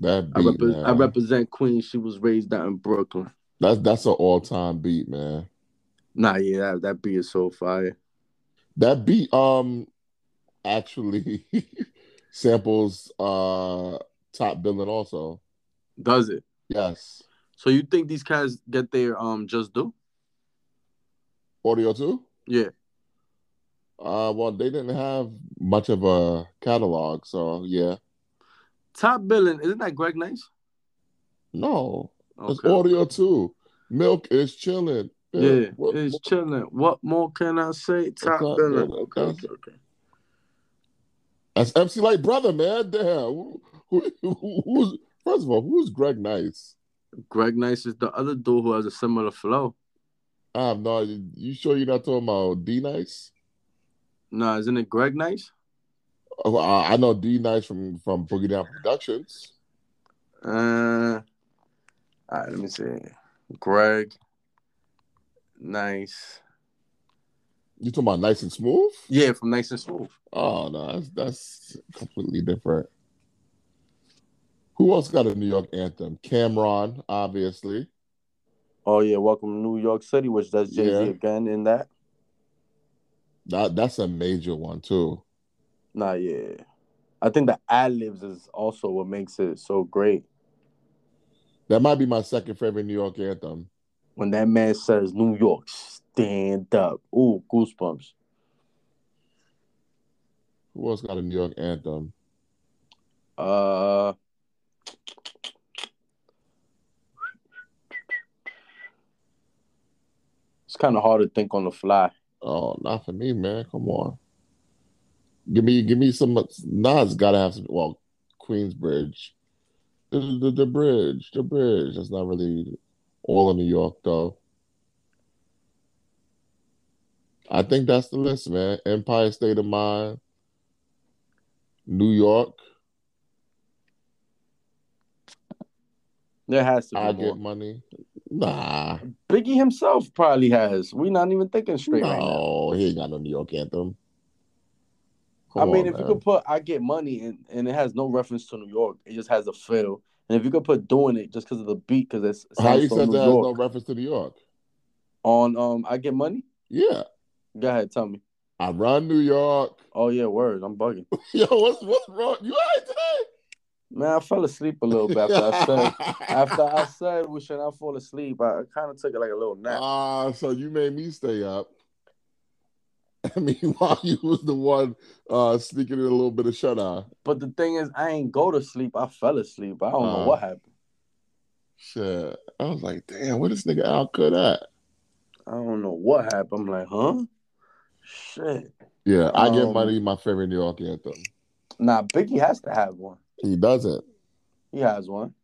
B: that
A: I,
B: beat.
A: repre-
B: man.
A: I represent Queens. She was raised out in Brooklyn.
B: that's that's an all time beat, man.
A: Nah, yeah, that, that beat is so fire.
B: That beat um actually samples uh top billing also.
A: Does it?
B: Yes,
A: So you think these guys get their um just do?
B: audio too.
A: Yeah.
B: Uh, well, they didn't have much of a catalog, so yeah.
A: Top billing, isn't that Greg Nice?
B: No, it's
A: Okay.
B: audio too. Milk is chilling.
A: yeah,
B: what-
A: it's chilling. What more can I say? Top
B: Top
A: billing.
B: billing,
A: Okay,
B: that's-
A: okay, okay.
B: That's MC Light brother, man. Damn. Who, who, who- who's first of all, who's Greg Nice?
A: Greg Nice is the other dude who has a similar flow.
B: I have no. You sure you're not talking about D Nice?
A: Nah, isn't it Greg Nice?
B: Oh, I, I know D Nice from from Boogie Down Productions.
A: Uh, all right, let me see. Greg Nice.
B: You talking about Nice and Smooth?
A: Yeah, from Nice and Smooth.
B: Oh no, that's, that's completely different. Who else got a New York anthem? Cameron, obviously.
A: Oh yeah, welcome to New York City, which that's Jay Z
B: Yeah.
A: again in that.
B: That that's a major one too.
A: Nah, yeah. I think the ad libs is also what makes it so great.
B: That might be my second favorite New York anthem.
A: When that man says New York, stand up. Ooh, goosebumps.
B: Who else got a New York anthem?
A: Uh it's kinda hard to think on the fly.
B: Oh, not for me, man. Come on. Give me give me some uh, Nas gotta have some well, Queensbridge. The, the, the bridge, the bridge. That's not really all of New York though. I think that's the list, man. Empire State of Mind, New York,
A: There has to be
B: I
A: more.
B: Get Money. Nah.
A: Biggie himself probably has. We're not even thinking straight right now.
B: No, he ain't got no New York anthem.
A: I
B: Come
A: mean,
B: on,
A: if
B: man.
A: you could put "I Get Money" and, and it has no reference to New York, it just has a feel. And if you could put "Doing It" just because of the beat, because it's it
B: How
A: sounds
B: you
A: so
B: said
A: New
B: that has no
A: York
B: reference to New York?
A: on um "I Get Money."
B: Yeah.
A: Go ahead, tell me.
B: I run New York.
A: Oh yeah, words. I'm bugging.
B: Yo, what's what's wrong? You all
A: Man, I fell asleep a little bit
B: right today?
A: after I said after I said we should not fall asleep. I kind of took it like a little nap.
B: Ah, so you made me stay up. Meanwhile, you was the one uh sneaking in a little bit of shut eye.
A: But the thing is, I ain't go to sleep. I fell asleep. I don't know
B: Uh.
A: what happened.
B: Shit. I was like, damn, where this nigga Al could at?
A: I don't know what happened. I'm like, huh? Shit.
B: Yeah, I get
A: Um,
B: money, my favorite New York anthem.
A: Nah, Biggie has to have one.
B: He doesn't.
A: He has one.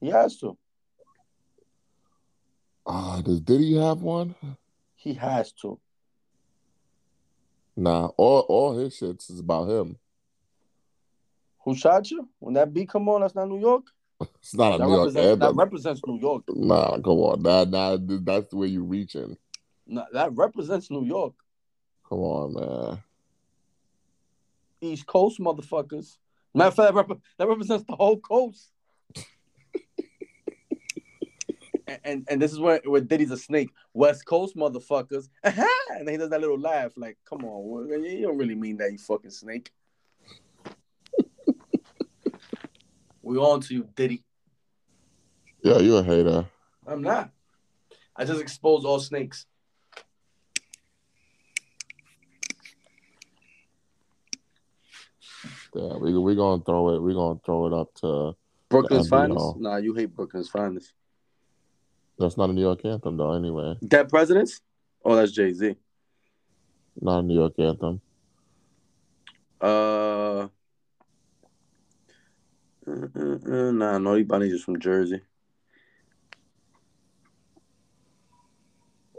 A: He has to.
B: Ah, does Diddy have one?
A: He has to.
B: Nah, all all his shits is about him.
A: Who shot you? When that beat come on, that's not New York.
B: It's not a
A: That,
B: Uh, New York
A: represents, that
B: anthem.
A: represents New York.
B: nah, come on. Nah, nah, th- that's the way you reaching.
A: No, That represents New York.
B: Come on, man.
A: East Coast motherfuckers. Matter of fact, that, rep- that represents the whole coast. and, and and this is where where Diddy's a snake. West Coast motherfuckers. and he does that little laugh, like, come on, wh- you don't really mean that, you fucking snake. we on to you, Diddy.
B: Yo, you a hater.
A: I'm not. I just expose all snakes.
B: Yeah, we we gonna throw it. We gonna throw it up to.
A: Brooklyn's
B: That'd be
A: finest?
B: all.
A: Nah, you hate Brooklyn's finest.
B: That's not a New York anthem though. Anyway,
A: Dead presidents? Oh, that's Jay Z.
B: not a New York anthem.
A: Uh, uh, uh, uh, nah, Naughty Bunnies is from Jersey.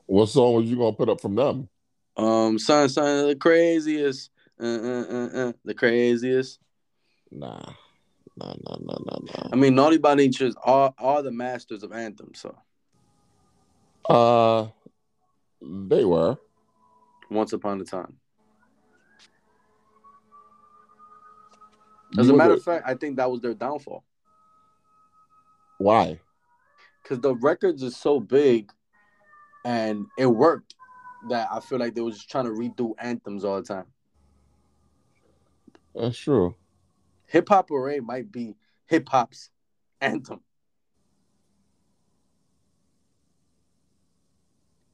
B: What song was you gonna put up from them?
A: Um, son, son of the craziest, uh, uh, uh, uh, the craziest.
B: Nah, nah, nah, nah, nah, nah.
A: I mean, Naughty Bunnies just are are the masters of anthem. So
B: Uh, they were.
A: once upon a time.
B: You
A: As a
B: were
A: matter
B: the-
A: of fact, I think that was their downfall
B: why?
A: because the records is so big, and it worked. That I feel like they were just trying to redo anthems all the time.
B: That's true.
A: Hip Hop Array might be hip hop's anthem.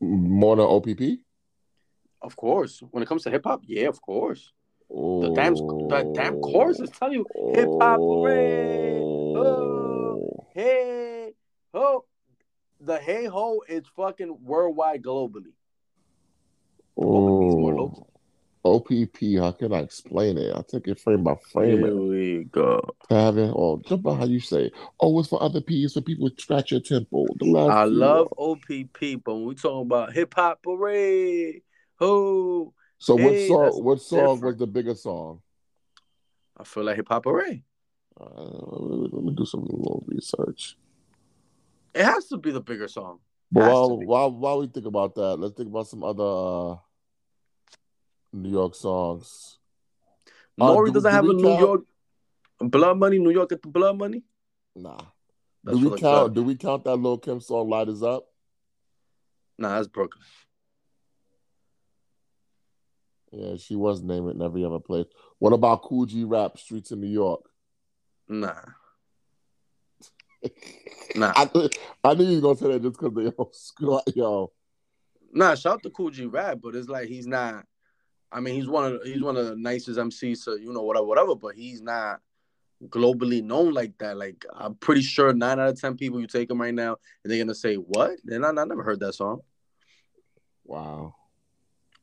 B: More than OPP.
A: Of course. When it comes to hip hop, yeah, of course. The damn the damn chorus is telling you hip hop parade. Oh. Hey ho. The hey ho is fucking worldwide globally. OPP is more
B: Oh.
A: local.
B: OPP, how can I explain it? I took it frame by frame. it.
A: we go.
B: Having or jump on how you say. it. Oh, it's for other P's for people who scratch your temple. The last
A: I
B: few.
A: love OPP, but when we talking about hip hop parade, ho,
B: So what
A: Hey, that's
B: song? What song was
A: different.
B: the biggest song?
A: I feel like hip hop parade.
B: Uh, let me do some little research.
A: It has to be the bigger song.
B: But
A: Has to
B: while,
A: be.
B: while while we think about that, let's think about some other uh, New York songs. Uh,
A: Nori
B: do-
A: doesn't
B: do
A: have
B: we
A: a New
B: count-
A: York Blood Money, New York at the Blood Money.
B: Nah.
A: That's
B: do
A: for
B: we count?
A: the club.
B: Do we count that Lil Kim song "Light Is Up"?
A: Nah, that's Brooklyn.
B: Yeah, she was named it in every other place. What about Cool G Rap "Streets in New York"?
A: Nah. Nah.
B: I, I knew you were gonna say that just because they all squat, yo.
A: Nah, shout to Cool G Rap, but it's like he's not I mean he's one of he's one of the nicest MCs, so you know, whatever, whatever, but he's not globally known like that. Like I'm pretty sure nine out of ten people you take him right now and they're gonna say, What? And I, I never heard that song,
B: Wow.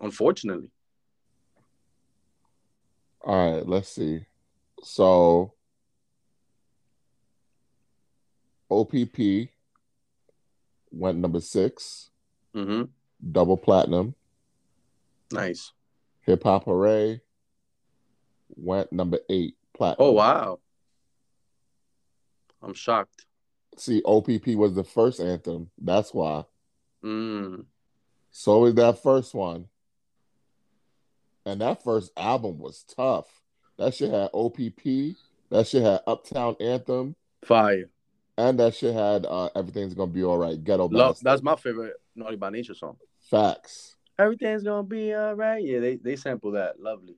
A: unfortunately.
B: All right, let's see. So, OPP went number six,
A: hmm
B: double platinum.
A: Nice.
B: Hip Hop Hooray went number eight, platinum.
A: Oh wow. I'm shocked.
B: See, OPP was the first anthem. That's why.
A: Mm.
B: So is that first one. And that first album was tough. That shit had OPP. That shit had Uptown Anthem.
A: Fire.
B: And that shit had uh, Everything's Gonna Be All Right. Ghetto
A: Love
B: Bastard.
A: that's my favorite Naughty by Nature song.
B: Facts.
A: Everything's gonna be all right. Yeah, they, they sample that. Lovely.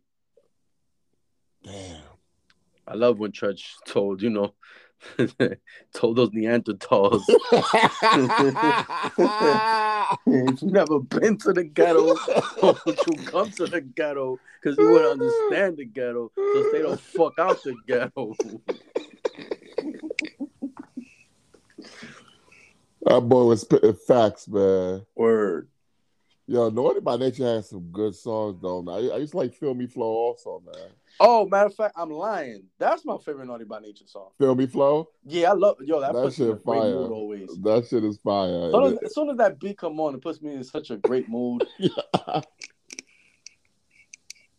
B: Damn.
A: I love when Church told, you know, told those Neanderthals, if you never been to the ghetto, don't you come to the ghetto because you wouldn't understand the ghetto. So stay the fuck out the ghetto.
B: that boy was spitting facts, man.
A: Word.
B: Yo, Naughty by Nature had some good songs though, man. I, I used to like Feel Me Flow also, man.
A: Oh, matter of fact, I'm lying. That's my favorite Naughty by Nature song.
B: Feel Me Flow?
A: Yeah, I love yo. That,
B: That
A: puts me in a
B: shit
A: great
B: fire.
A: mood always.
B: That shit is fire.
A: Soon as, as soon as that beat come on, it puts me in such a great mood.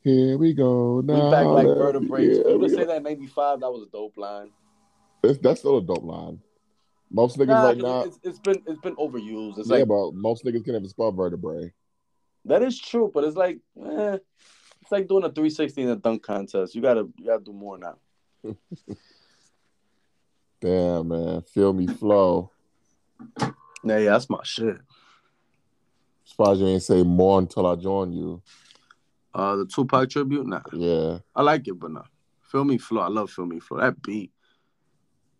B: Here we go
A: We
B: now.
A: back like
B: that-
A: vertebrae.
B: yeah,
A: you
B: we-
A: would say that in '95. That was a dope line.
B: It's, that's still a dope line. Most niggas
A: Nah,
B: right
A: 'cause
B: now,
A: it's, it's been it's been overused. It's
B: yeah,
A: like
B: but most niggas can have a spot vertebrae.
A: that is true, but it's like eh, it's like doing a 360 in a dunk contest. You gotta you gotta do more now.
B: Damn, man. Feel me flow.
A: Yeah, yeah, that's my shit.
B: Surprised you ain't say more until I join you.
A: Uh, the Tupac tribute, nah,
B: Yeah.
A: I like it, but nah. Feel me flow, I love feel me flow. That beat,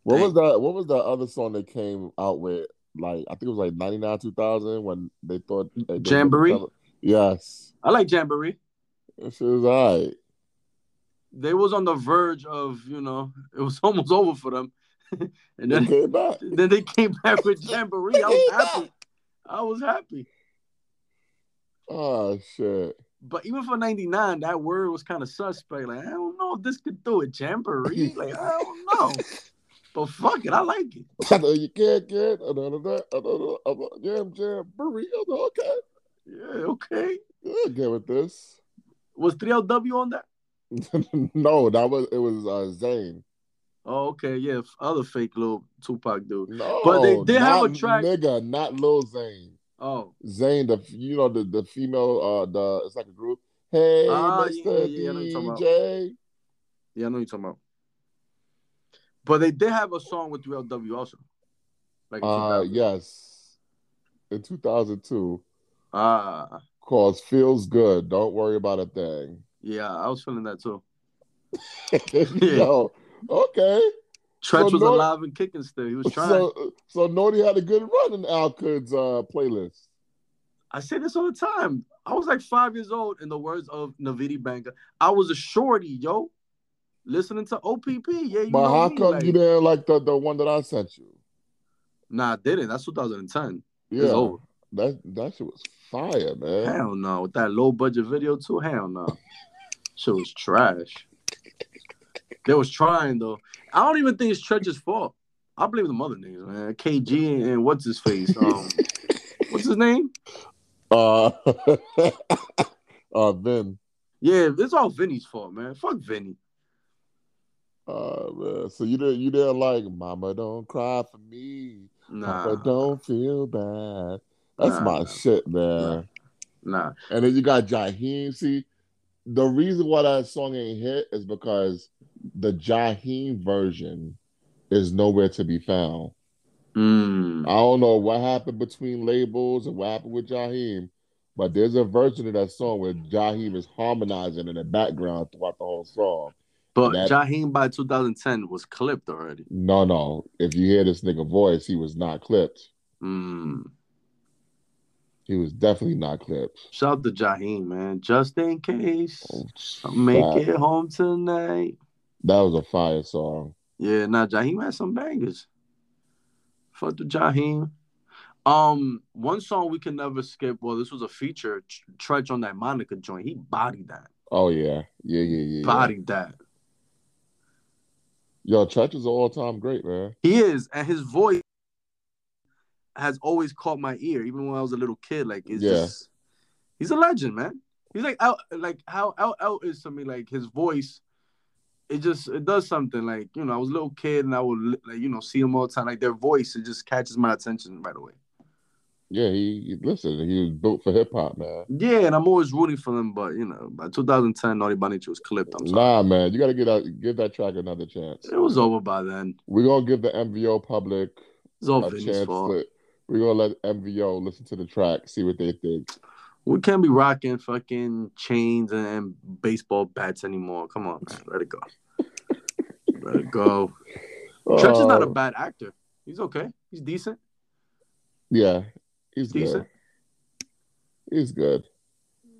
B: What
A: Dang.
B: was that? What was that other song they came out with? Like I think it was like ninety nine two thousand when they thought like, they were
A: Jamboree?
B: gonna sell it. Yes,
A: I like Jamboree.
B: this shit was alright.
A: They was on the verge of you know it was almost over for them, and
B: They
A: then
B: came back.
A: then they came back with Jamboree. I was happy. I was happy.
B: Oh shit!
A: But even for '99, that word was kind of suspect. Like I don't know if this could do it. Jamboree, like I don't know. But fuck it, I like it.
B: I know you can't get another that, another another- jam jam burrito. Okay,
A: Yeah, okay.
B: yeah, I'll get with this.
A: Was 3LW on that?
B: no, that was it was uh, Zane.
A: Oh, okay. Yeah, f- other fake little Tupac dude.
B: No,
A: But they did have
B: not
A: a track-
B: nigga, not Lil Zane.
A: Oh,
B: Zane, the you know the the female uh the it's like a group. Hey,
A: Ah,
B: Mr.
A: yeah, yeah, yeah, I know what you're talking about.
B: DJ.
A: yeah, I know you're talking about. But they did have a song with 3LW also. Like
B: Uh yes. In 2002
A: ah,
B: called Feels Good. Don't worry about a thing.
A: yeah, I was feeling that too.
B: Yo, okay. So
A: Tretch was
B: Nor-
A: alive and kicking still. He was trying.
B: So so Naughty had a good run in Al Kud's uh playlist.
A: I say this all the time. I was like five years old, in the words of Navidi Banker. I was a shorty, yo, listening to OPP. Yeah, you
B: But
A: know
B: how
A: me.
B: come
A: like-
B: you didn't like the, the one that I sent you?
A: Nah, I didn't. That's 2010.
B: Yeah.
A: It's over.
B: That that shit was fire, man.
A: Hell no. With that low budget video too? Hell no. Shit was trash. They was trying though. I don't even think it's Tretch's fault. I blame the mother niggas, man. KG and, and what's his face? Um, what's his name?
B: Uh uh Vin.
A: Yeah, it's all Vinny's fault, man. Fuck Vinny.
B: Uh man. So you didn't you didn't like Mama Don't Cry for Me.
A: Nah,
B: But don't feel bad. That's
A: Nah.
B: my shit, man.
A: Nah. nah.
B: And then you got Jaheim. See, the reason why that song ain't hit is because the Jaheim version is nowhere to be found.
A: Mm.
B: I don't know what happened between labels and what happened with Jaheim, but there's a version of that song where Jaheim is harmonizing in the background throughout the whole song.
A: But
B: That-
A: Jaheim by 2010 was clipped already.
B: No, no. If you hear this nigga voice, he was not clipped.
A: Mm.
B: He was definitely not clipped.
A: Shout out to Jaheim, man. Just in case I
B: That-
A: make it home tonight.
B: That was a fire song.
A: Yeah, nah, Jaheim had some bangers. Fuck the Jaheim. Um, one song we can never skip. Well, this was a feature. Tr- Tretch on that Monica joint. He bodied that.
B: Oh yeah, yeah, yeah, yeah. yeah.
A: Bodied that.
B: Yo, Tretch is an all-time great man.
A: He is, and his voice has always caught my ear, even when I was a little kid. Like it's
B: Yeah.
A: just, he's a legend, man. He's like out, like how LL is to me. Like his voice, it just it does something. Like you know, I was a little kid, and I would li- like you know see him all the time. Like their voice, it just catches my attention right away.
B: Yeah, he, he- listen. He was built for hip hop, man.
A: Yeah, and I'm always rooting for them, but you know, by 2010, Naughty by Nature was clipped. I'm sorry,
B: Nah, man, you gotta get out, give that track another chance.
A: it was over by then.
B: We're gonna give the MVO public
A: It's all
B: a
A: Vinny's
B: chance.
A: fault.
B: To, we're gonna let MVO listen to the track, see what they think.
A: We can't be rocking fucking chains and baseball bats anymore. Come on, man, let it go. let it go. Tretch is not a
B: Uh,
A: bad actor. He's okay. He's decent.
B: yeah. He's
A: Decent.
B: good. He's good.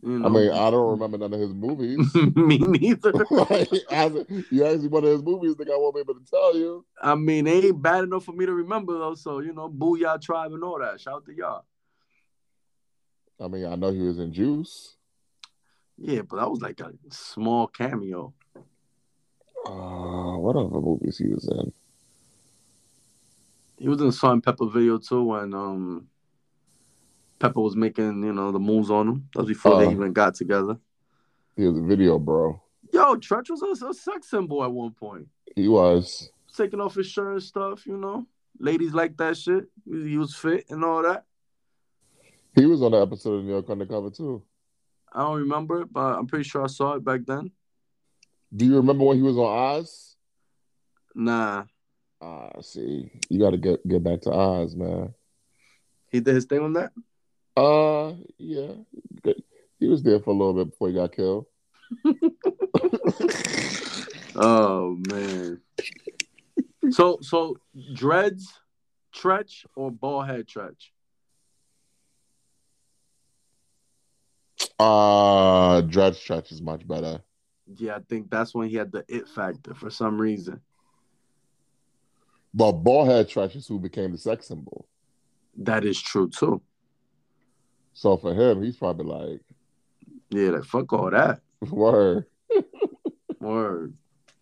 A: You know.
B: I mean, I don't remember none of his movies.
A: me neither.
B: like, as- you asked me one of his movies, think I won't be able to tell you.
A: I mean, they ain't bad enough for me to remember though. So you know, booyah tribe and all that. Shout out to y'all.
B: I mean, I know he was in Juice.
A: Yeah, but that was like a small cameo.
B: Uh, what other movies he was in?
A: He was in the Salt and Pepper video too when um Pepper was making, you know, the moves on him. That was before
B: Uh.
A: they even got together.
B: He was a video bro.
A: Yo, Tretch was a, a sex symbol at one point.
B: He was.
A: taking off his shirt and stuff, you know. Ladies like that shit. He he was fit and all that.
B: He was on the episode of New York Undercover too.
A: I don't remember, it, but I'm pretty sure I saw it back then.
B: Do you remember when he was on Oz?
A: Nah,
B: Ah, see, you got to get get back to Oz, man.
A: he did his thing on that.
B: Uh, yeah, Good. he was there for a little bit before he got killed.
A: Oh man. so so dreads, tretch or bald head tretch?
B: Uh, Dredge Stretch is much better.
A: Yeah, I think that's when he had the it factor for some reason.
B: But Ballhead Stretch is who became the sex symbol.
A: That is true too.
B: So for him, he's probably like,
A: Yeah, like fuck all that.
B: word.
A: Word.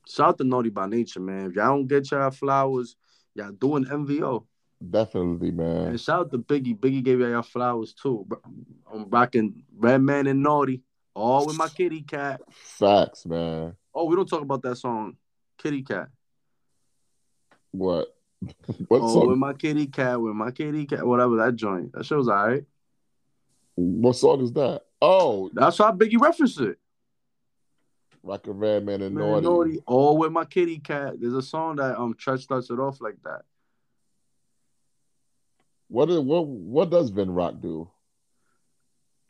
A: Shout out to Naughty by Nature, man. If y'all don't get y'all flowers, y'all doing MVO.
B: Definitely, man.
A: And shout out to Biggie. Biggie gave y'all your flowers too. Bro, I'm rocking Red Man and Naughty, all with my kitty cat.
B: Facts, man.
A: Oh, we don't talk about that song, Kitty Cat.
B: What? what
A: oh,
B: song?
A: with my kitty cat, with my kitty cat, whatever that joint. That shit was all right.
B: What song is that? Oh,
A: That's how Biggie referenced it.
B: Rockin' Red Man and
A: Man,
B: Naughty.
A: Naughty. Oh, with my kitty cat. There's a song that um Tretch starts it off like that.
B: What, is, what what does Vin Rock do?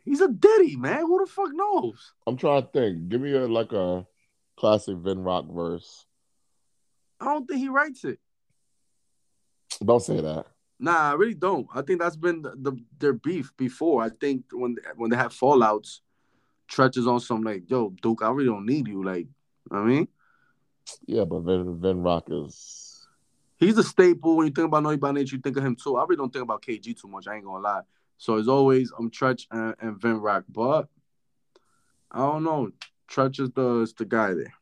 A: He's a ditty, man. Who the fuck knows?
B: I'm trying to think. Give me a like a classic Vin Rock verse.
A: I don't think he writes it.
B: Don't say that.
A: Nah, I really don't. I think that's been the, the their beef before. I think when when they have fallouts, Tretch is on some like, yo, Duke, I really don't need you. Like, I mean,
B: Yeah, but Vin, Vin Rock is
A: he's a staple. When you think about Naughty by Nature, you think of him too. I really don't think about KG too much. I ain't gonna lie. So as always, I'm Tretch and, and Vin Rock, but I don't know. Tretch is the is the guy there.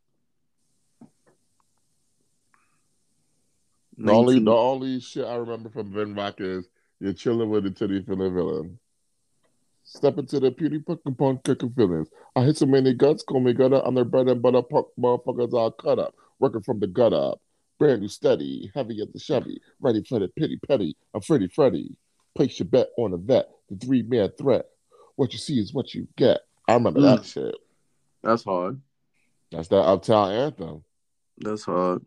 B: the only
A: 19
B: the only shit I remember from Vin Rock is you're chilling with the titty feeling villain. Step into the beauty fucking punk cooking feelings. I hit so many guts, call me gutter. I'm the bread and butter punk motherfuckers. I'll cut up, working from the gut up. Brand new steady, heavy at the Chevy, ready for the pity petty. I'm Freddy Freddy. Place your bet on a vet, the three man threat. What you see is what you get. I remember
A: Mm.
B: that shit.
A: That's hard.
B: That's that uptown anthem.
A: That's hard.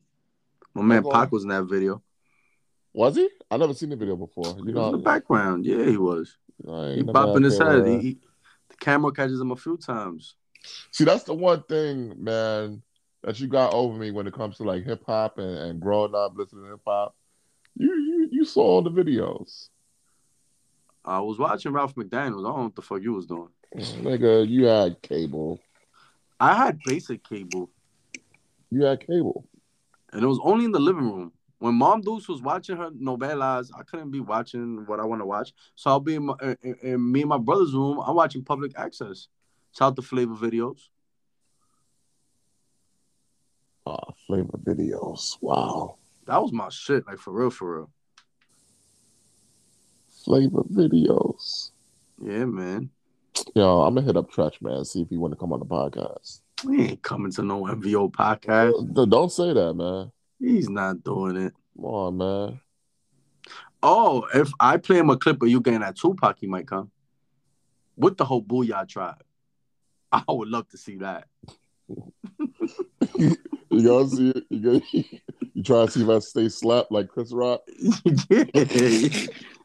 A: My man
B: boy.
A: Pac was in that video.
B: Was he? I never seen the video before. You
A: He was in the
B: know,
A: background. Yeah, he was.
B: I
A: Oh. He
B: ain't never
A: bopping his
B: had
A: head.
B: that.
A: He, he- the camera catches him a few times.
B: See, that's the one thing, man, that you got over me when it comes to like hip hop and, and growing up listening to hip hop. You, you you saw all the videos,
A: I was watching Ralph McDaniels. I don't know what the fuck you was doing.
B: nigga. You had cable.
A: I had basic cable,
B: You had cable.
A: and it was only in the living room. When Mom Deuce was watching her novelas, I couldn't be watching what I want to watch. So I'll be in, my, in, in- in me and my brother's room. I'm watching public access. Shout out to Flavor Videos.
B: Ah, flavor videos. Wow,
A: That was my shit, like for real, for real.
B: flavor videos.
A: Yeah, man.
B: Yo, I'm gonna hit up Trash Man see if he want to come on the podcast.
A: He ain't coming to no MVO podcast.
B: D- Don't say that, man.
A: He's not doing it.
B: Come on, man.
A: Oh, if I play him a clip of you getting that Tupac, he might come. With the whole Booyah tribe. I would love to see that.
B: You gonna see it? You, gonna, you try to see if I stay slapped like Chris Rock?
A: yeah.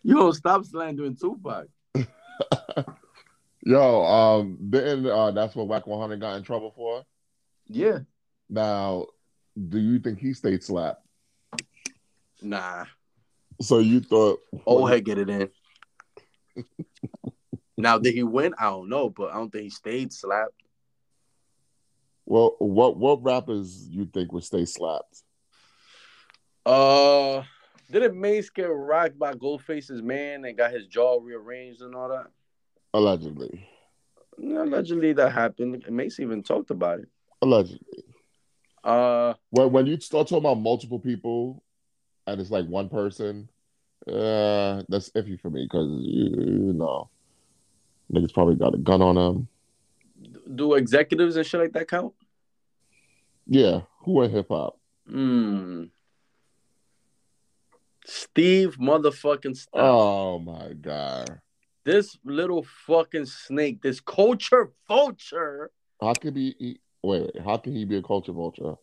A: You don't stop slandering Tupac.
B: Yo, um, then uh, that's what Whack 100 got in trouble for.
A: Yeah.
B: Now, do you think he stayed slapped?
A: Nah.
B: So you thought,
A: Old head get it in. now did he win? I don't know, but I don't think he stayed slapped.
B: well, what what rappers you think would stay slapped?
A: Uh didn't Mace get rocked by Goldface's man and got his jaw rearranged and all that?
B: Allegedly,
A: Allegedly that happened. Mace even talked about it.
B: allegedly.
A: Uh
B: When when you start talking about multiple people, and it's like one person, uh, that's iffy for me because you, you know, niggas probably got a gun on them.
A: do executives and shit like that count?
B: Yeah, who in hip hop?
A: Hmm. Steve motherfucking Stout.
B: Oh my god!
A: This little fucking snake, this culture vulture,
B: How can be? He, wait, wait, how can he be a culture vulture?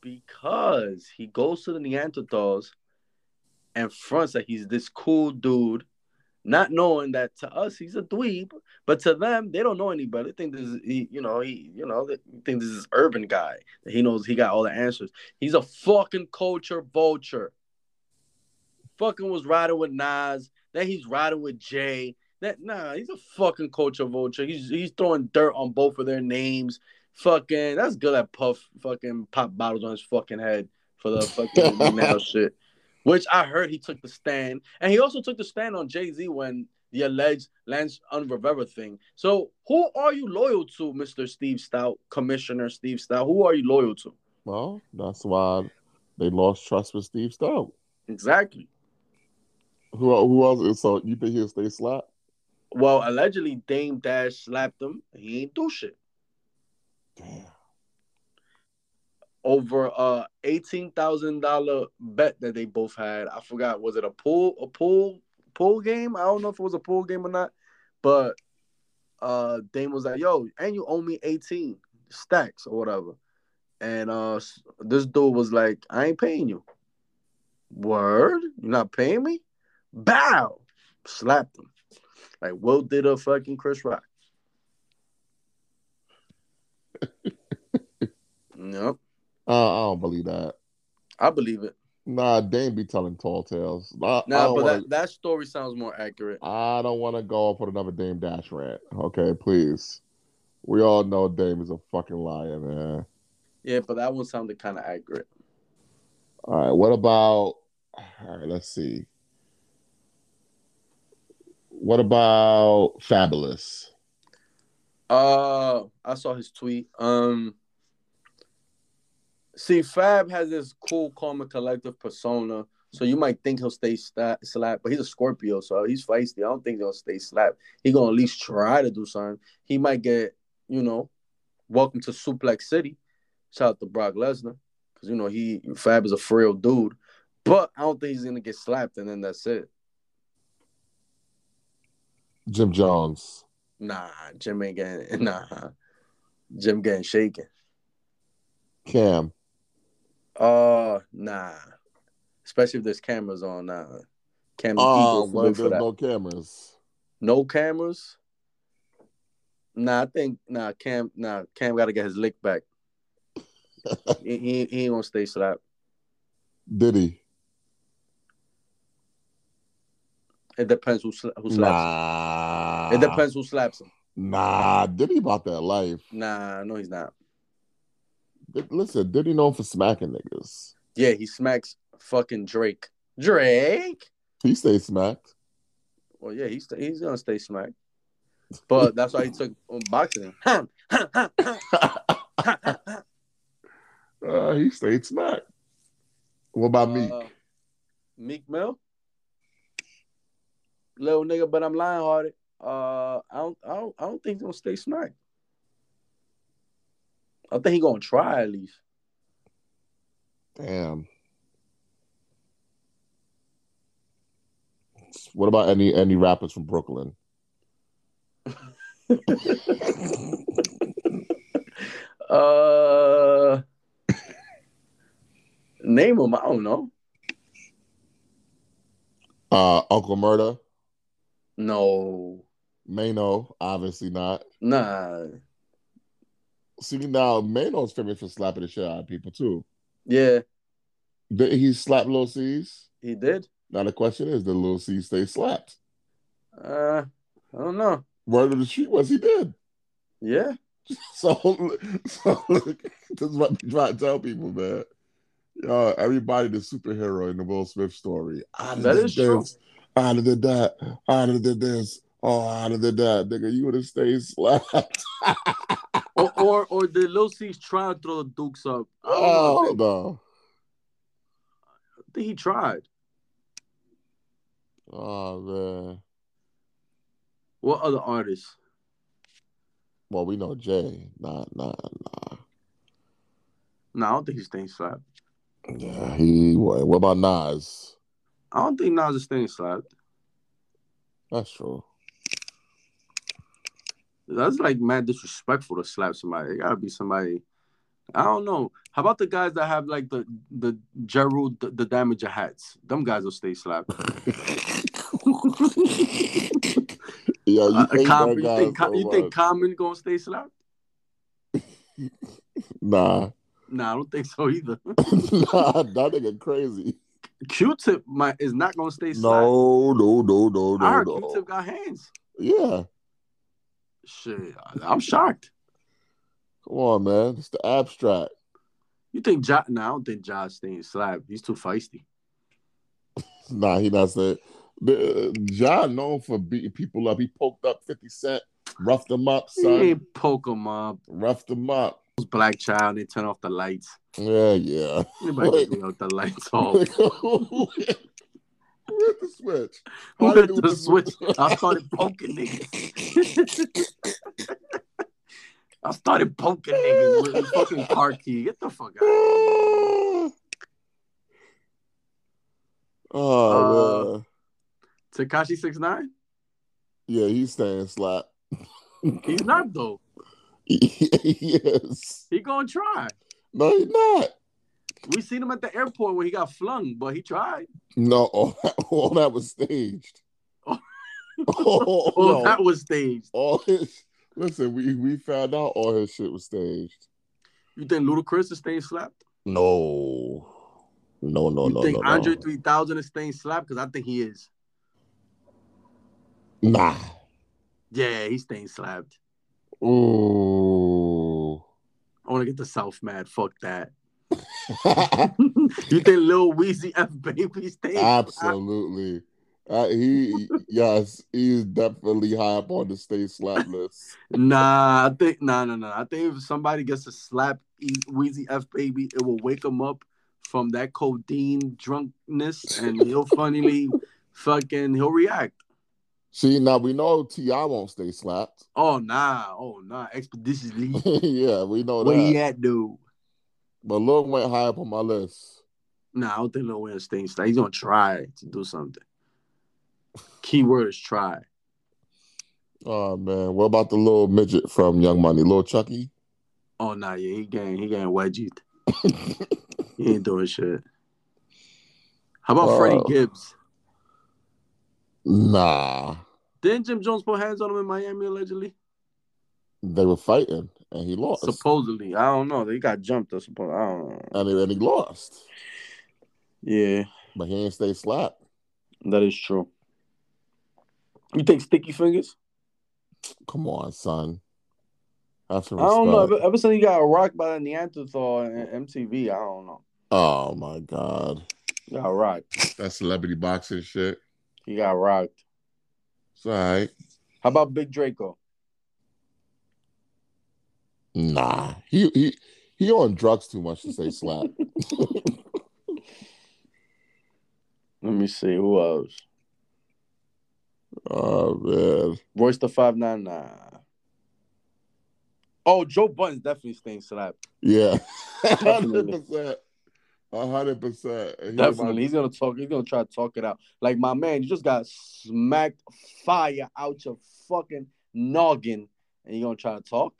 A: because he goes to the Neanderthals and fronts that he's this cool dude, not knowing that to us he's a dweeb, but to them they don't know any better. They think this is he, you know, he, you know, they think this is urban guy that he knows he got all the answers. He's a fucking culture vulture. Fucking was riding with Nas, then he's riding with Jay. That nah, he's a fucking culture vulture. He's he's throwing dirt on both of their names. Fucking, that's good at Puff. Fucking pop bottles on his fucking head for the fucking now shit. Which I heard he took the stand, and he also took the stand on Jay Z when the alleged Lance Unrevera thing. So who are you loyal to, Mister Steve Stout, Commissioner Steve Stout? Who are you loyal to?
B: Well, that's why they lost trust with Steve Stout.
A: Exactly.
B: Who el- who else? So you think he'll stay slap?
A: Well, allegedly Dame Dash slapped him. He ain't do shit.
B: Damn.
A: over a eighteen thousand dollar bet that they both had. I forgot was it a pool a pool pool game? I don't know if it was a pool game or not, but uh Dame was like, "Yo, and you owe me eighteen stacks or whatever," and uh s- this dude was like, "I ain't paying you." Word, you not paying me? Bow, slapped him. Like Will did a fucking Chris Rock. yep,
B: Uh, I don't believe that.
A: I believe it.
B: Nah, Dame be telling tall tales. I, I
A: Nah,
B: don't
A: but
B: wanna,
A: that, that story sounds more accurate.
B: I don't want to go off with another Dame Dash rant. Okay, please. We all know Dame is a fucking liar, man.
A: Yeah, but that one sounded kind of accurate.
B: All right, what about? All right, let's see. What about Fabulous?
A: Uh, I saw his tweet. Um, see, Fab has this cool, calm, and collective persona. So you might think he'll stay sta slap, but he's a Scorpio, so he's feisty. I don't think he'll stay slap. He gonna at least try to do something. He might get, you know, welcome to Suplex City. Shout out to Brock Lesnar, because you know he Fab is a frail dude, but I don't think he's gonna get slapped, and then that's it.
B: Jim Jones.
A: Nah, Jim ain't getting nah. Jim getting shaken.
B: Cam.
A: Uh nah. Especially if there's cameras on nah. Cam's
B: Oh,
A: eagle
B: what
A: for,
B: if
A: for
B: there's
A: that. No...
B: no cameras?
A: cameras? Nah, I think nah Cam nah Cam gotta get his lick back. he, he, he ain't gonna stay slapped.
B: Diddy.
A: It depends who sla- who slaps
B: Nah.
A: him. It depends who slaps him.
B: Nah, Diddy about that life.
A: Nah, no he's not.
B: Di- Listen, Diddy known for smacking niggas.
A: Yeah, he smacks fucking Drake. Drake?
B: He stayed smacked.
A: Well, yeah, he's he's gonna stay smacked. But that's why he took um, boxing. Huh, huh, huh, huh, huh, huh, huh.
B: Uh, he stayed smacked. What about me?
A: Uh, Meek Mill. Little nigga, but I'm lying hearted. Uh, I don't, I don't, I don't think he's gonna stay smacked. I think he gonna try at least.
B: Damn. What about any any rappers from Brooklyn?
A: Uh, name him. I don't know.
B: Uh, Uncle Murder,
A: No,
B: Mano, obviously not.
A: nah.
B: See now, Mano's famous for slapping the shit out of people too.
A: Yeah,
B: Did he slap Lil C's?
A: he did.
B: Now the question is, did Lil C stay slapped?
A: Uh, I don't know.
B: Word of the street was he did.
A: Yeah,
B: So, so look, this is what I'm trying to tell people, man. Yo, everybody the superhero in the Will Smith story. I did
A: That
B: this,
A: is true.
B: I did that. I did this. Oh, I did that. Nigga, you would have stayed slapped.
A: or or, or did Lil C's try to throw the Dukes up? I don't know. I
B: Oh
A: think-
B: no.
A: I think he tried.
B: Oh man.
A: What other artists?
B: Well, we know Jay. Nah, nah, nah.
A: No, I don't think he's staying slapped.
B: Yeah, he. What, what about Nas?
A: I don't think Nas is staying slapped.
B: That's true.
A: That's like mad disrespectful to slap somebody. It gotta be somebody. I don't know. How about the guys that have like the the Gerald the, the Damager hats? Them guys will stay slapped.
B: Yeah, Oh, you
A: Uh,
B: hate
A: Com-
B: that
A: you
B: guy
A: think
B: so
A: you think
B: much.
A: Common gonna stay slapped?
B: Nah,
A: Nah, I don't think so either.
B: nah, that nigga crazy.
A: Q-Tip might is not gonna stay slapped.
B: No, no, no, no,
A: I
B: no,
A: heard
B: no.
A: Q-Tip got hands.
B: Yeah,
A: Shit, I- I'm shocked.
B: come on, man. It's the abstract.
A: You think Ja? Nah, I don't think Ja's staying slapped. He's too feisty.
B: Nah, he not said. The, John known for beating people up. He poked up Fifty Cent, roughed him up,
A: He
B: son.
A: ain't poke him up.
B: Roughed him up.
A: Those Black child, they turn off the lights.
B: Yeah, yeah.
A: Anybody can turn off the lights
B: Who
A: off.
B: hit the switch?
A: Who
B: How
A: hit
B: you
A: the
B: do-
A: switch? I started poking niggas. I started poking niggas with a fucking car key. Get the fuck out.
B: oh
A: Uh,
B: man.
A: Takashi six nine?
B: Yeah, he's staying slap.
A: He's not though.
B: yes.
A: He gonna try.
B: No, he's not.
A: We seen him at the airport when he got flung, but he tried.
B: No, all that, all that was staged.
A: Oh.
B: oh,
A: Oh,
B: no.
A: that was staged.
B: all his listen, we, we found out all his shit was staged.
A: You think Ludacris is staying slapped?
B: No. No, no,
A: you
B: Oh, no,
A: think
B: no, no.
A: Andre three thousand is staying slapped? Because I think he is.
B: Nah.
A: Yeah, he's staying slapped.
B: Ooh.
A: I want to get the South mad. Fuck that. you think Lil Weezy F Baby staying? slapped?
B: Absolutely. Uh, he yes, he is definitely high up on the state slap list.
A: Nah, I think nah, nah, nah. I think if somebody gets to slap E- Weezy F Baby, it will wake him up from that codeine drunkenness, and he'll funnily fucking he'll react.
B: See, now we know Ti won't stay slapped.
A: Oh nah, oh nah, expeditiously.
B: yeah, we know
A: Where
B: that.
A: he at, dude?
B: But Lil went high up on my list.
A: Nah, I don't think Lil Wayne staying slapped. He's gonna try to do something. Key word is try.
B: Oh man, what about the little midget from Young Money, Lil Chucky?
A: Oh nah, yeah, he getting he getting wedgied. He ain't doing shit. How about Freddie
B: Oh.
A: Gibbs?
B: Nah,
A: Didn't Jim Jones put hands on him in Miami allegedly?
B: they were fighting and he lost.
A: Supposedly, I don't know. They got jumped. I suppose. I don't know.
B: and, he, and he lost,
A: Yeah,
B: but he ain't stay slapped.
A: that is true. You think Sticky Fingers?
B: Come on, son. Have some
A: I don't know.
B: respect.
A: Ever, ever since he got rocked by the Neanderthal and MTV, I don't know.
B: Oh my god,
A: He got rocked.
B: that celebrity boxing shit.
A: He got rocked.
B: It's all right.
A: How about Big Draco?
B: Nah, he he he on drugs too much to say slap.
A: Let me see who else.
B: oh man,
A: Royce the five nine nine. Oh, Joe Button's definitely staying slapped.
B: yeah, hundred
A: Definitely.
B: percent, hundred percent. He
A: Definitely, he's gonna talk. He's gonna try to talk it out. Like my man, you just got smacked fire out your fucking noggin, and you gonna try to talk?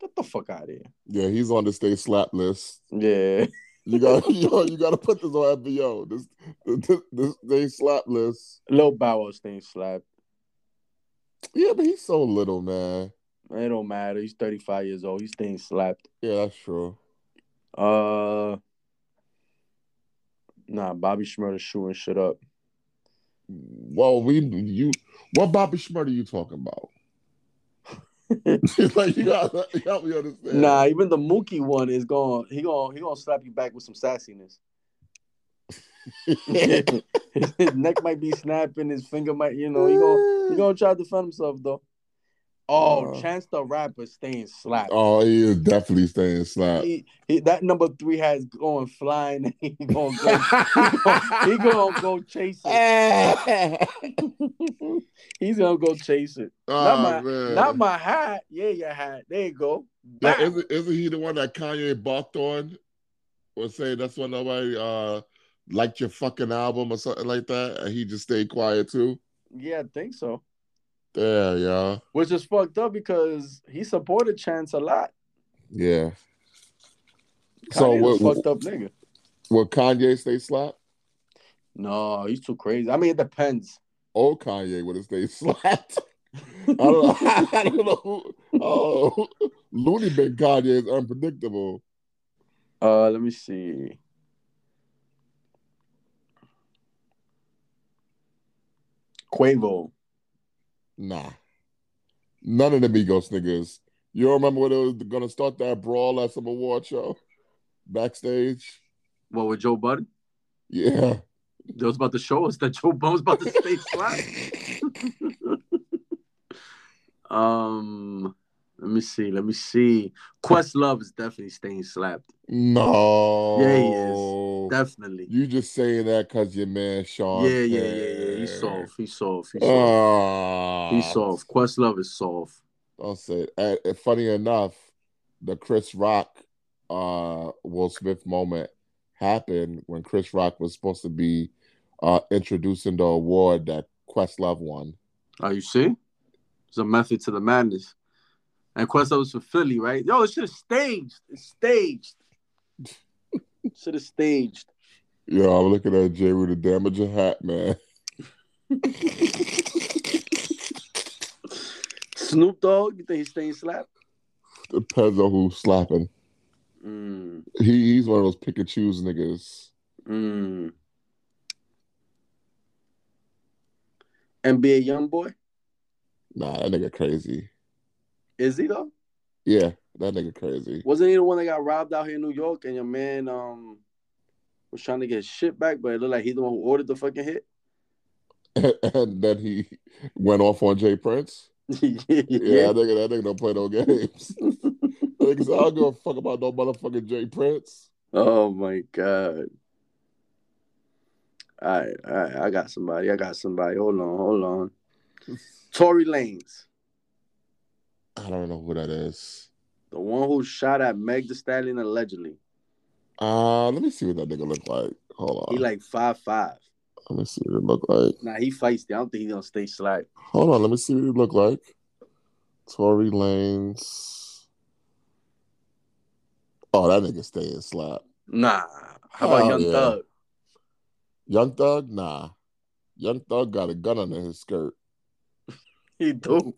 A: Get the fuck out of here!
B: yeah, he's on the stay slap list.
A: Yeah,
B: You got yo, you got to put this on FBO. This this, this stay slap list.
A: Lil Bow Wow staying slapped.
B: Yeah, but he's so little, man.
A: It don't matter. He's thirty five years old. He's staying slapped.
B: Yeah, that's true.
A: Uh, nah, Bobby Schmurda shooting shit up.
B: Well, we you what Bobby Schmurda you talking about? like you got you got me understand.
A: Nah, even the Mookie one is going. He going. He going to slap you back with some sassiness. his neck might be snapping. His finger might. You know. He going. He going to try to defend himself though. Oh,
B: Uh.
A: Chance the Rapper staying slapped.
B: Oh, he is definitely staying slap.
A: He, he, that number three has going flying. He going. Go, he going he gonna go chase it.
B: Eh.
A: He's gonna go chase it. Not my-
B: Ah, man.
A: Not my hat. Yeah, your hat. There you go.
B: Now,
A: Bam.
B: isn't, isn't he the one that Kanye balked on? Or say that's why nobody uh liked your fucking album or something like that, and he just stayed quiet too?
A: Yeah, I think so.
B: Yeah, yeah,
A: Which is fucked up because he supported Chance a lot.
B: yeah. So what?
A: Kanye's a fucked up nigga.
B: Will Kanye stay slapped?
A: No, he's too crazy. I mean, it depends.
B: Old Kanye would have stayed slapped. I don't know. I don't know. Who, oh, Looney Bin Kanye is unpredictable.
A: Uh, let me see. Quavo.
B: Nah, none of the Migos niggas. You don't remember when they was gonna start that brawl at some award show backstage?
A: What with Joe Budden?
B: Yeah.
A: That was about to show us that Joe Budden was about to stay flat. um, let me see. Let me see. Quest Love is definitely staying slapped.
B: No.
A: Yeah, he Definitely.
B: You just saying that because your man Sean.
A: Yeah, yeah, yeah, yeah. He's soft. He's soft. He's soft.
B: Oh,
A: He's soft. Quest Love is soft.
B: I'll say it. And- and funny enough, the Chris Rock, uh, Will Smith moment happened when Chris Rock was supposed to be uh, introducing the award that Questlove won.
A: Oh, you see? There's a method to the madness. And Quest was for Philly, right? Yo, it's just staged. It's staged. Should have staged.
B: Yeah, I'm looking at Jay with a damaging hat, man.
A: Snoop Dogg, you think he's staying slapped?
B: Depends on who's slapping.
A: Mm,
B: He, he's one of those pick and choose niggas.
A: mm. NBA young boy?
B: Nah, that nigga crazy.
A: Is he though?
B: Yeah, that nigga crazy.
A: Wasn't he the one that got robbed out here in New York and your man um was trying to get his shit back, but it looked like he's the one who ordered the fucking hit?
B: and then he went off on Jay Prince. Yeah, that nigga, that nigga don't play no games. Nigga said, I don't give a fuck about no motherfucking Jay Prince.
A: Oh my god. All right, all right. I got somebody. I got somebody. Hold on, hold on. Tory Lanez,
B: I don't know who that is.
A: the one who shot at Meg Thee Stallion allegedly.
B: Uh, let me see what that nigga look like. Hold on.
A: He like five five.
B: let me see what it look like.
A: Nah, he feisty. I don't think he gonna stay slack.
B: Hold on, let me see what it look like. Tory Lanez. Oh, that nigga staying slap.
A: Nah. How about
B: Oh,
A: Young
B: yeah.
A: Thug?
B: Young Thug, nah. Young Thug got a gun under his skirt.
A: He do.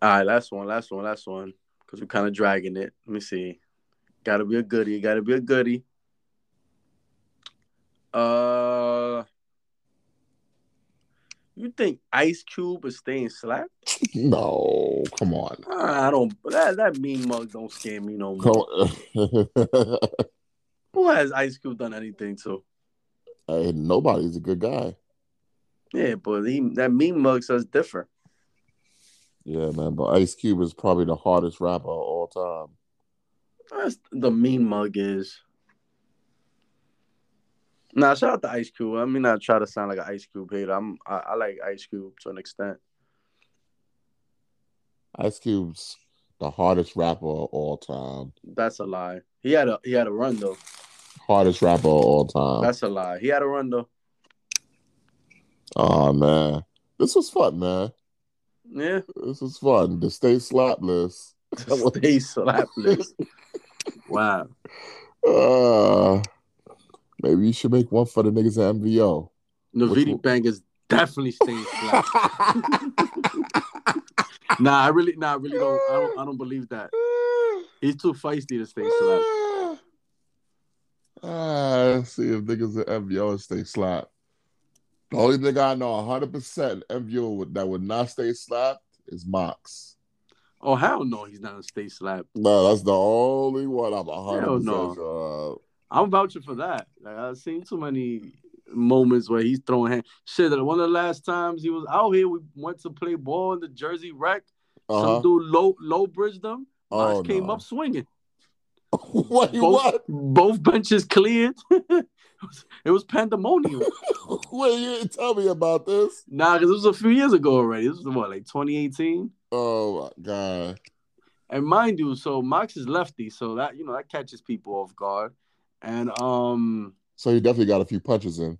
A: All right, last one, last one, last one. Cause we're kind of dragging it. Let me see. Gotta be a goodie. Gotta be a goodie. Uh, you think Ice Cube is staying slack?
B: no, come on.
A: I don't. That that mean mug don't scare me no more.
B: Come-
A: Who has Ice Cube done anything to?
B: Hey, nobody's a good guy.
A: Yeah, but he that mean mug says different.
B: Yeah, man. But Ice Cube is probably the hardest rapper of all time.
A: That's the mean mug is. Nah, shout out to Ice Cube. I mean, not try to sound like an Ice Cube hater. I'm I, I like Ice Cube to an extent.
B: Ice Cube's the hardest rapper of all time.
A: That's a lie. He had a he had a run though.
B: Hardest rapper of all time.
A: That's a lie. He had a run though.
B: oh man. This was fun, man.
A: Yeah,
B: This was fun. The stay slapless.
A: stay slapless. wow.
B: Uh maybe you should make one for the niggas at MVO.
A: Navidi Bang is definitely staying slack. Nah, I really, nah, I really don't. I don't. I don't believe that. He's too feisty to stay slack.
B: Ah, let's see if niggas at MVO stay slapped. The only thing I know 100% MVO would- that would not stay slapped is Mox.
A: Oh hell no, he's not gonna stay slack.
B: No, that's the only one I'm 100%
A: Hell no.
B: sure of.
A: I'm vouching for that. Like I've seen too many moments where he's throwing hand. Shit, that one of the last times he was out here, we went to play ball in the Jersey Wreck.
B: Uh-huh.
A: Some dude low low bridged them. Mox
B: Oh,
A: came
B: no.
A: up swinging.
B: Wait,
A: Both,
B: what?
A: both benches cleared. it was pandemonium.
B: Wait, you didn't tell me about this?
A: nah, because it was a few years ago already. This was what, like 2018?
B: Oh, my God.
A: And mind you, so Mox is lefty, so that you know that catches people off guard. And um
B: So he definitely got a few punches in.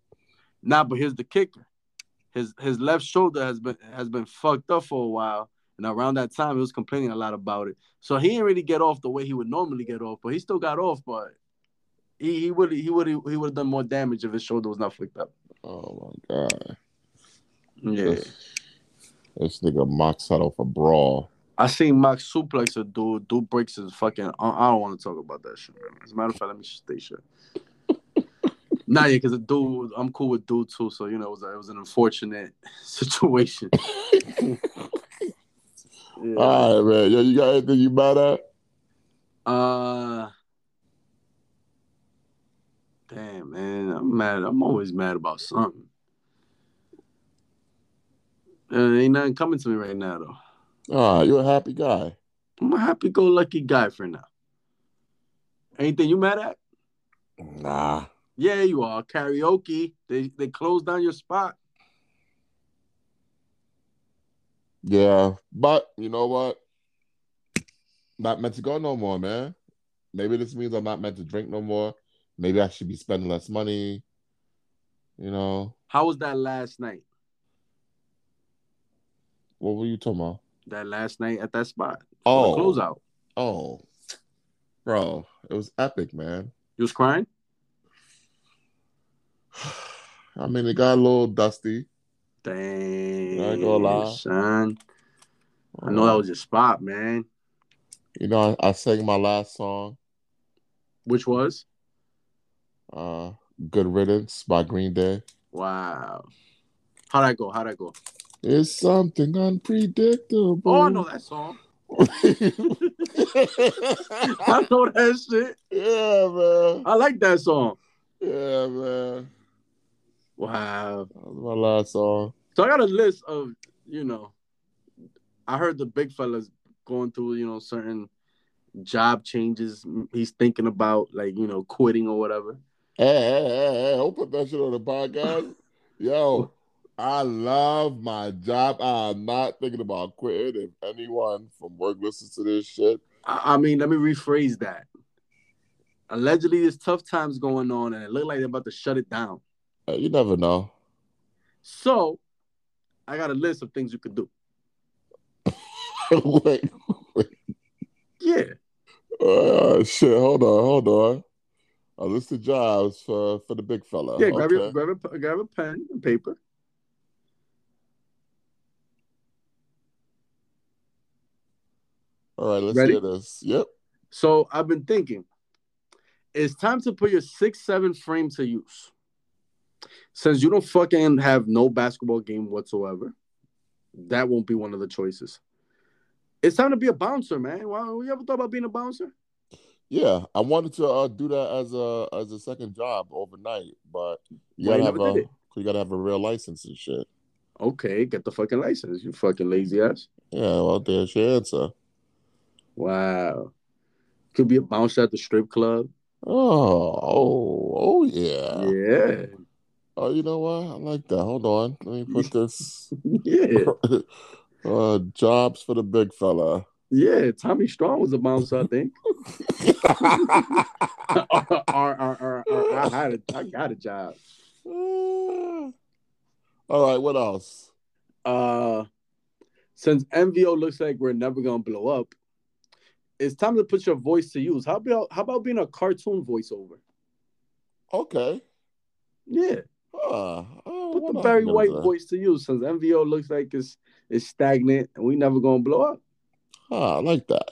A: Nah, but here's the kicker. His his left shoulder has been has been fucked up for a while. And around that time he was complaining a lot about it. So he didn't really get off the way he would normally get off, but he still got off, but he he would he would he would have done more damage if his shoulder was not flicked up.
B: Oh my god.
A: Yeah.
B: This, this nigga Mox out for brawl.
A: I seen Mox suplex a dude, dude breaks his fucking I I don't want to talk about that shit right now. As a matter of fact, let me just stay shut. nah, yeah, because the dude I'm cool with dude too, so you know it was it was an unfortunate situation. Yeah.
B: All right, man. Yo, you got anything you mad at?
A: Uh, damn, man, I'm mad. I'm always mad about something. Uh, ain't nothing coming to me right now, though.
B: Ah, you're a happy guy.
A: I'm a happy-go-lucky guy for now. Anything you mad at?
B: Nah.
A: Yeah, you are. Karaoke. They they closed down your spot.
B: Yeah, but you know what? Not meant to go no more, man. Maybe this means I'm not meant to drink no more. Maybe I should be spending less money. You know,
A: How was that last night?
B: what were you talking about?
A: That last night at that spot.
B: Oh,
A: close out.
B: oh, bro, it was epic, man.
A: You was crying.
B: I mean, it got a little dusty.
A: Dang,
B: I ain't gonna lie.
A: son. I know that was your spot, man.
B: You know, I, I sang my last song,
A: Which was
B: uh, "Good Riddance" by Green Day.
A: wow. How'd I go? How'd I go?
B: It's something unpredictable.
A: Oh, I know that song. I know that shit.
B: yeah, man.
A: I like that song.
B: Yeah, man.
A: Wow.
B: That was my last song.
A: So I got a list of, you know, I heard the big fellas going through, you know, certain job changes he's thinking about, like, you know, quitting or whatever.
B: Hey, hey, hey, hey, don't put that shit on the podcast. Yo, I love my job. I'm not thinking about quitting. If anyone from work listens to this shit,
A: I, I mean, let me rephrase that. Allegedly, there's tough times going on, and it looked like they're about to shut it down.
B: uh, you never know.
A: So, I got a list of things you could do.
B: Wait.
A: Yeah,
B: Uh, shit, hold on, hold on. I list of jobs for, for the big fella.
A: yeah. Grab your
B: Okay.
A: grab a grab a pen and paper.
B: All right, let's
A: Ready?
B: hear this. Yep.
A: So I've been thinking, it's time to put your six seven frame to use. Since you don't fucking have no basketball game whatsoever, that won't be one of the choices. It's time to be a bouncer, man. Why you ever thought about being a bouncer?
B: Yeah, I wanted to uh, do that as a as a second job overnight, but you
A: Why
B: gotta
A: you
B: have
A: never
B: a
A: did it?
B: you gotta have a real license and shit.
A: Okay, get the fucking license, you fucking lazy ass.
B: Yeah, well, there's your answer.
A: Wow. Could be a bouncer at the strip club.
B: Oh, oh, oh, yeah.
A: Yeah.
B: Oh, you know what? I like that. Hold on, let me put this.
A: Yeah.
B: uh, jobs for the big fella.
A: Yeah. Tommy Strong was a bouncer, I think. Or- or- or- or- I, had a, I got a job.
B: All right, what else?
A: Uh, since MVO looks like we're never gonna blow up, it's time to put your voice to use. How about how about being a cartoon voiceover?
B: Okay.
A: Yeah,
B: Huh. Oh,
A: put
B: what
A: the
B: else
A: very
B: we gonna
A: white
B: do?
A: voice to use. Since MVO looks like it's it's stagnant and we never gonna blow up.
B: Huh, Ah, I like that.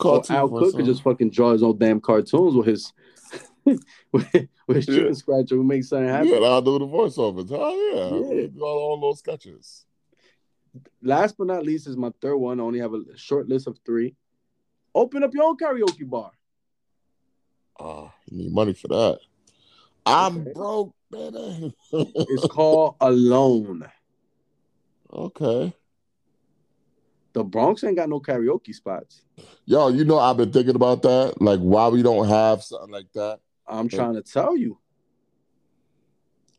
A: Or
B: Cartoon
A: Al Cook
B: voiceover.
A: could just fucking draw his own damn cartoons with his with, with his chicken
B: Yeah.
A: scratcher. We make something happen.
B: Yeah, I'll do the voiceovers. Oh yeah,
A: Yeah.
B: We do all, all those sketches.
A: Last but not least is my third one. I only have a short list of three. Open up your own karaoke bar.
B: Ah, you need money for that. I'm
A: Okay.
B: broke, man.
A: It's called Alone.
B: okay,
A: The Bronx ain't got no karaoke spots.
B: yo, you know I've been thinking about that. Like, why we don't have something like that?
A: I'm
B: Yeah.
A: trying to tell you,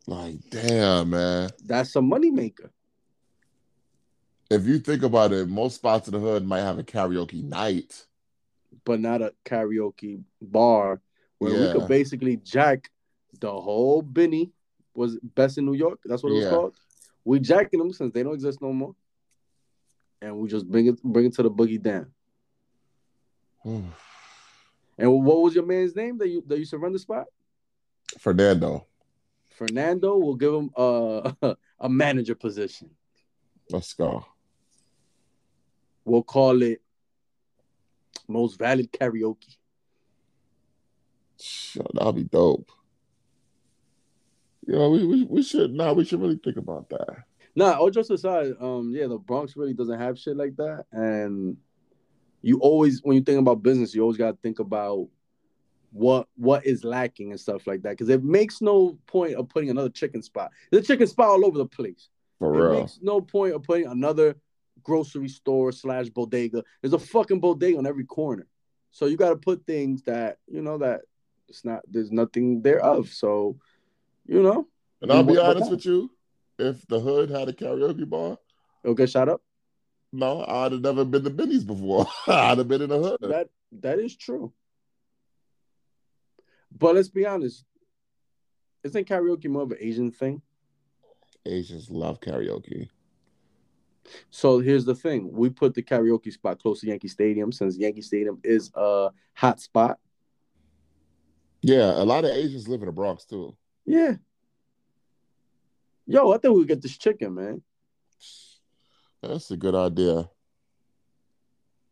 B: Like, damn, man.
A: that's a moneymaker.
B: if you think about it, most spots in the hood might have a karaoke night.
A: but not a karaoke bar where we
B: Yeah.
A: could basically jack the whole Benny was best in New York. That's what it was
B: Yeah.
A: called. We jacking them since they don't exist no more, and we just bring it bring it to the boogie down. And what was your man's name that you that you surrender spot?
B: Fernando,
A: Fernando will give him a a manager position.
B: let's go.
A: We'll call it most valid karaoke.
B: Sure, that'll be dope. You know, we, we, we should now we should really think about that.
A: Nah, all jokes aside, um, yeah, the Bronx really doesn't have shit like that, and you always when you think about business, you always gotta think about what what is lacking and stuff like that, because it makes no point of putting another chicken spot. There's a chicken spot all over the place.
B: For
A: It
B: real.
A: makes no point of putting another grocery store slash bodega. There's a fucking bodega on every corner, so you gotta put things that you know that it's not there's nothing thereof. So, you know,
B: And I'll
A: What-
B: be
A: what
B: honest
A: time?
B: with you, if the hood had a karaoke bar,
A: it'll get shot up.
B: no, I'd have never been to Benny's before. I'd have been in the hood.
A: That that is true. But let's be honest, isn't karaoke more of an Asian thing?
B: Asians love karaoke.
A: So here's the thing: we put the karaoke spot close to Yankee Stadium since Yankee Stadium is a hot spot.
B: Yeah, a lot of Asians live in the Bronx too.
A: Yeah. Yo, I think we get this chicken, man.
B: That's a good idea.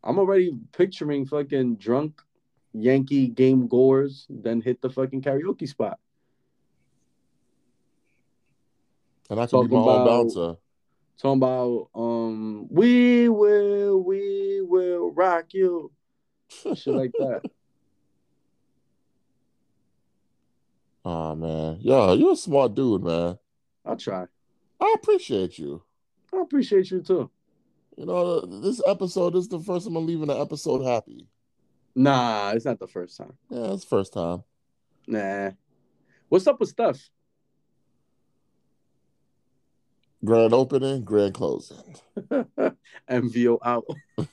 A: I'm already picturing fucking drunk Yankee game goers then hit the fucking karaoke spot.
B: And I could
A: Talking
B: be my own
A: about-
B: bouncer.
A: Talking about um, we will, we will rock you, shit like that.
B: Oh man. Yo, you're a smart dude, man.
A: I'll try.
B: I appreciate you.
A: I appreciate you too.
B: You know, this episode this is the first time I'm leaving an episode happy.
A: Nah, it's not the first time.
B: Yeah, it's first time.
A: Nah. What's up with stuff?
B: Grand opening, grand closing.
A: MVO out.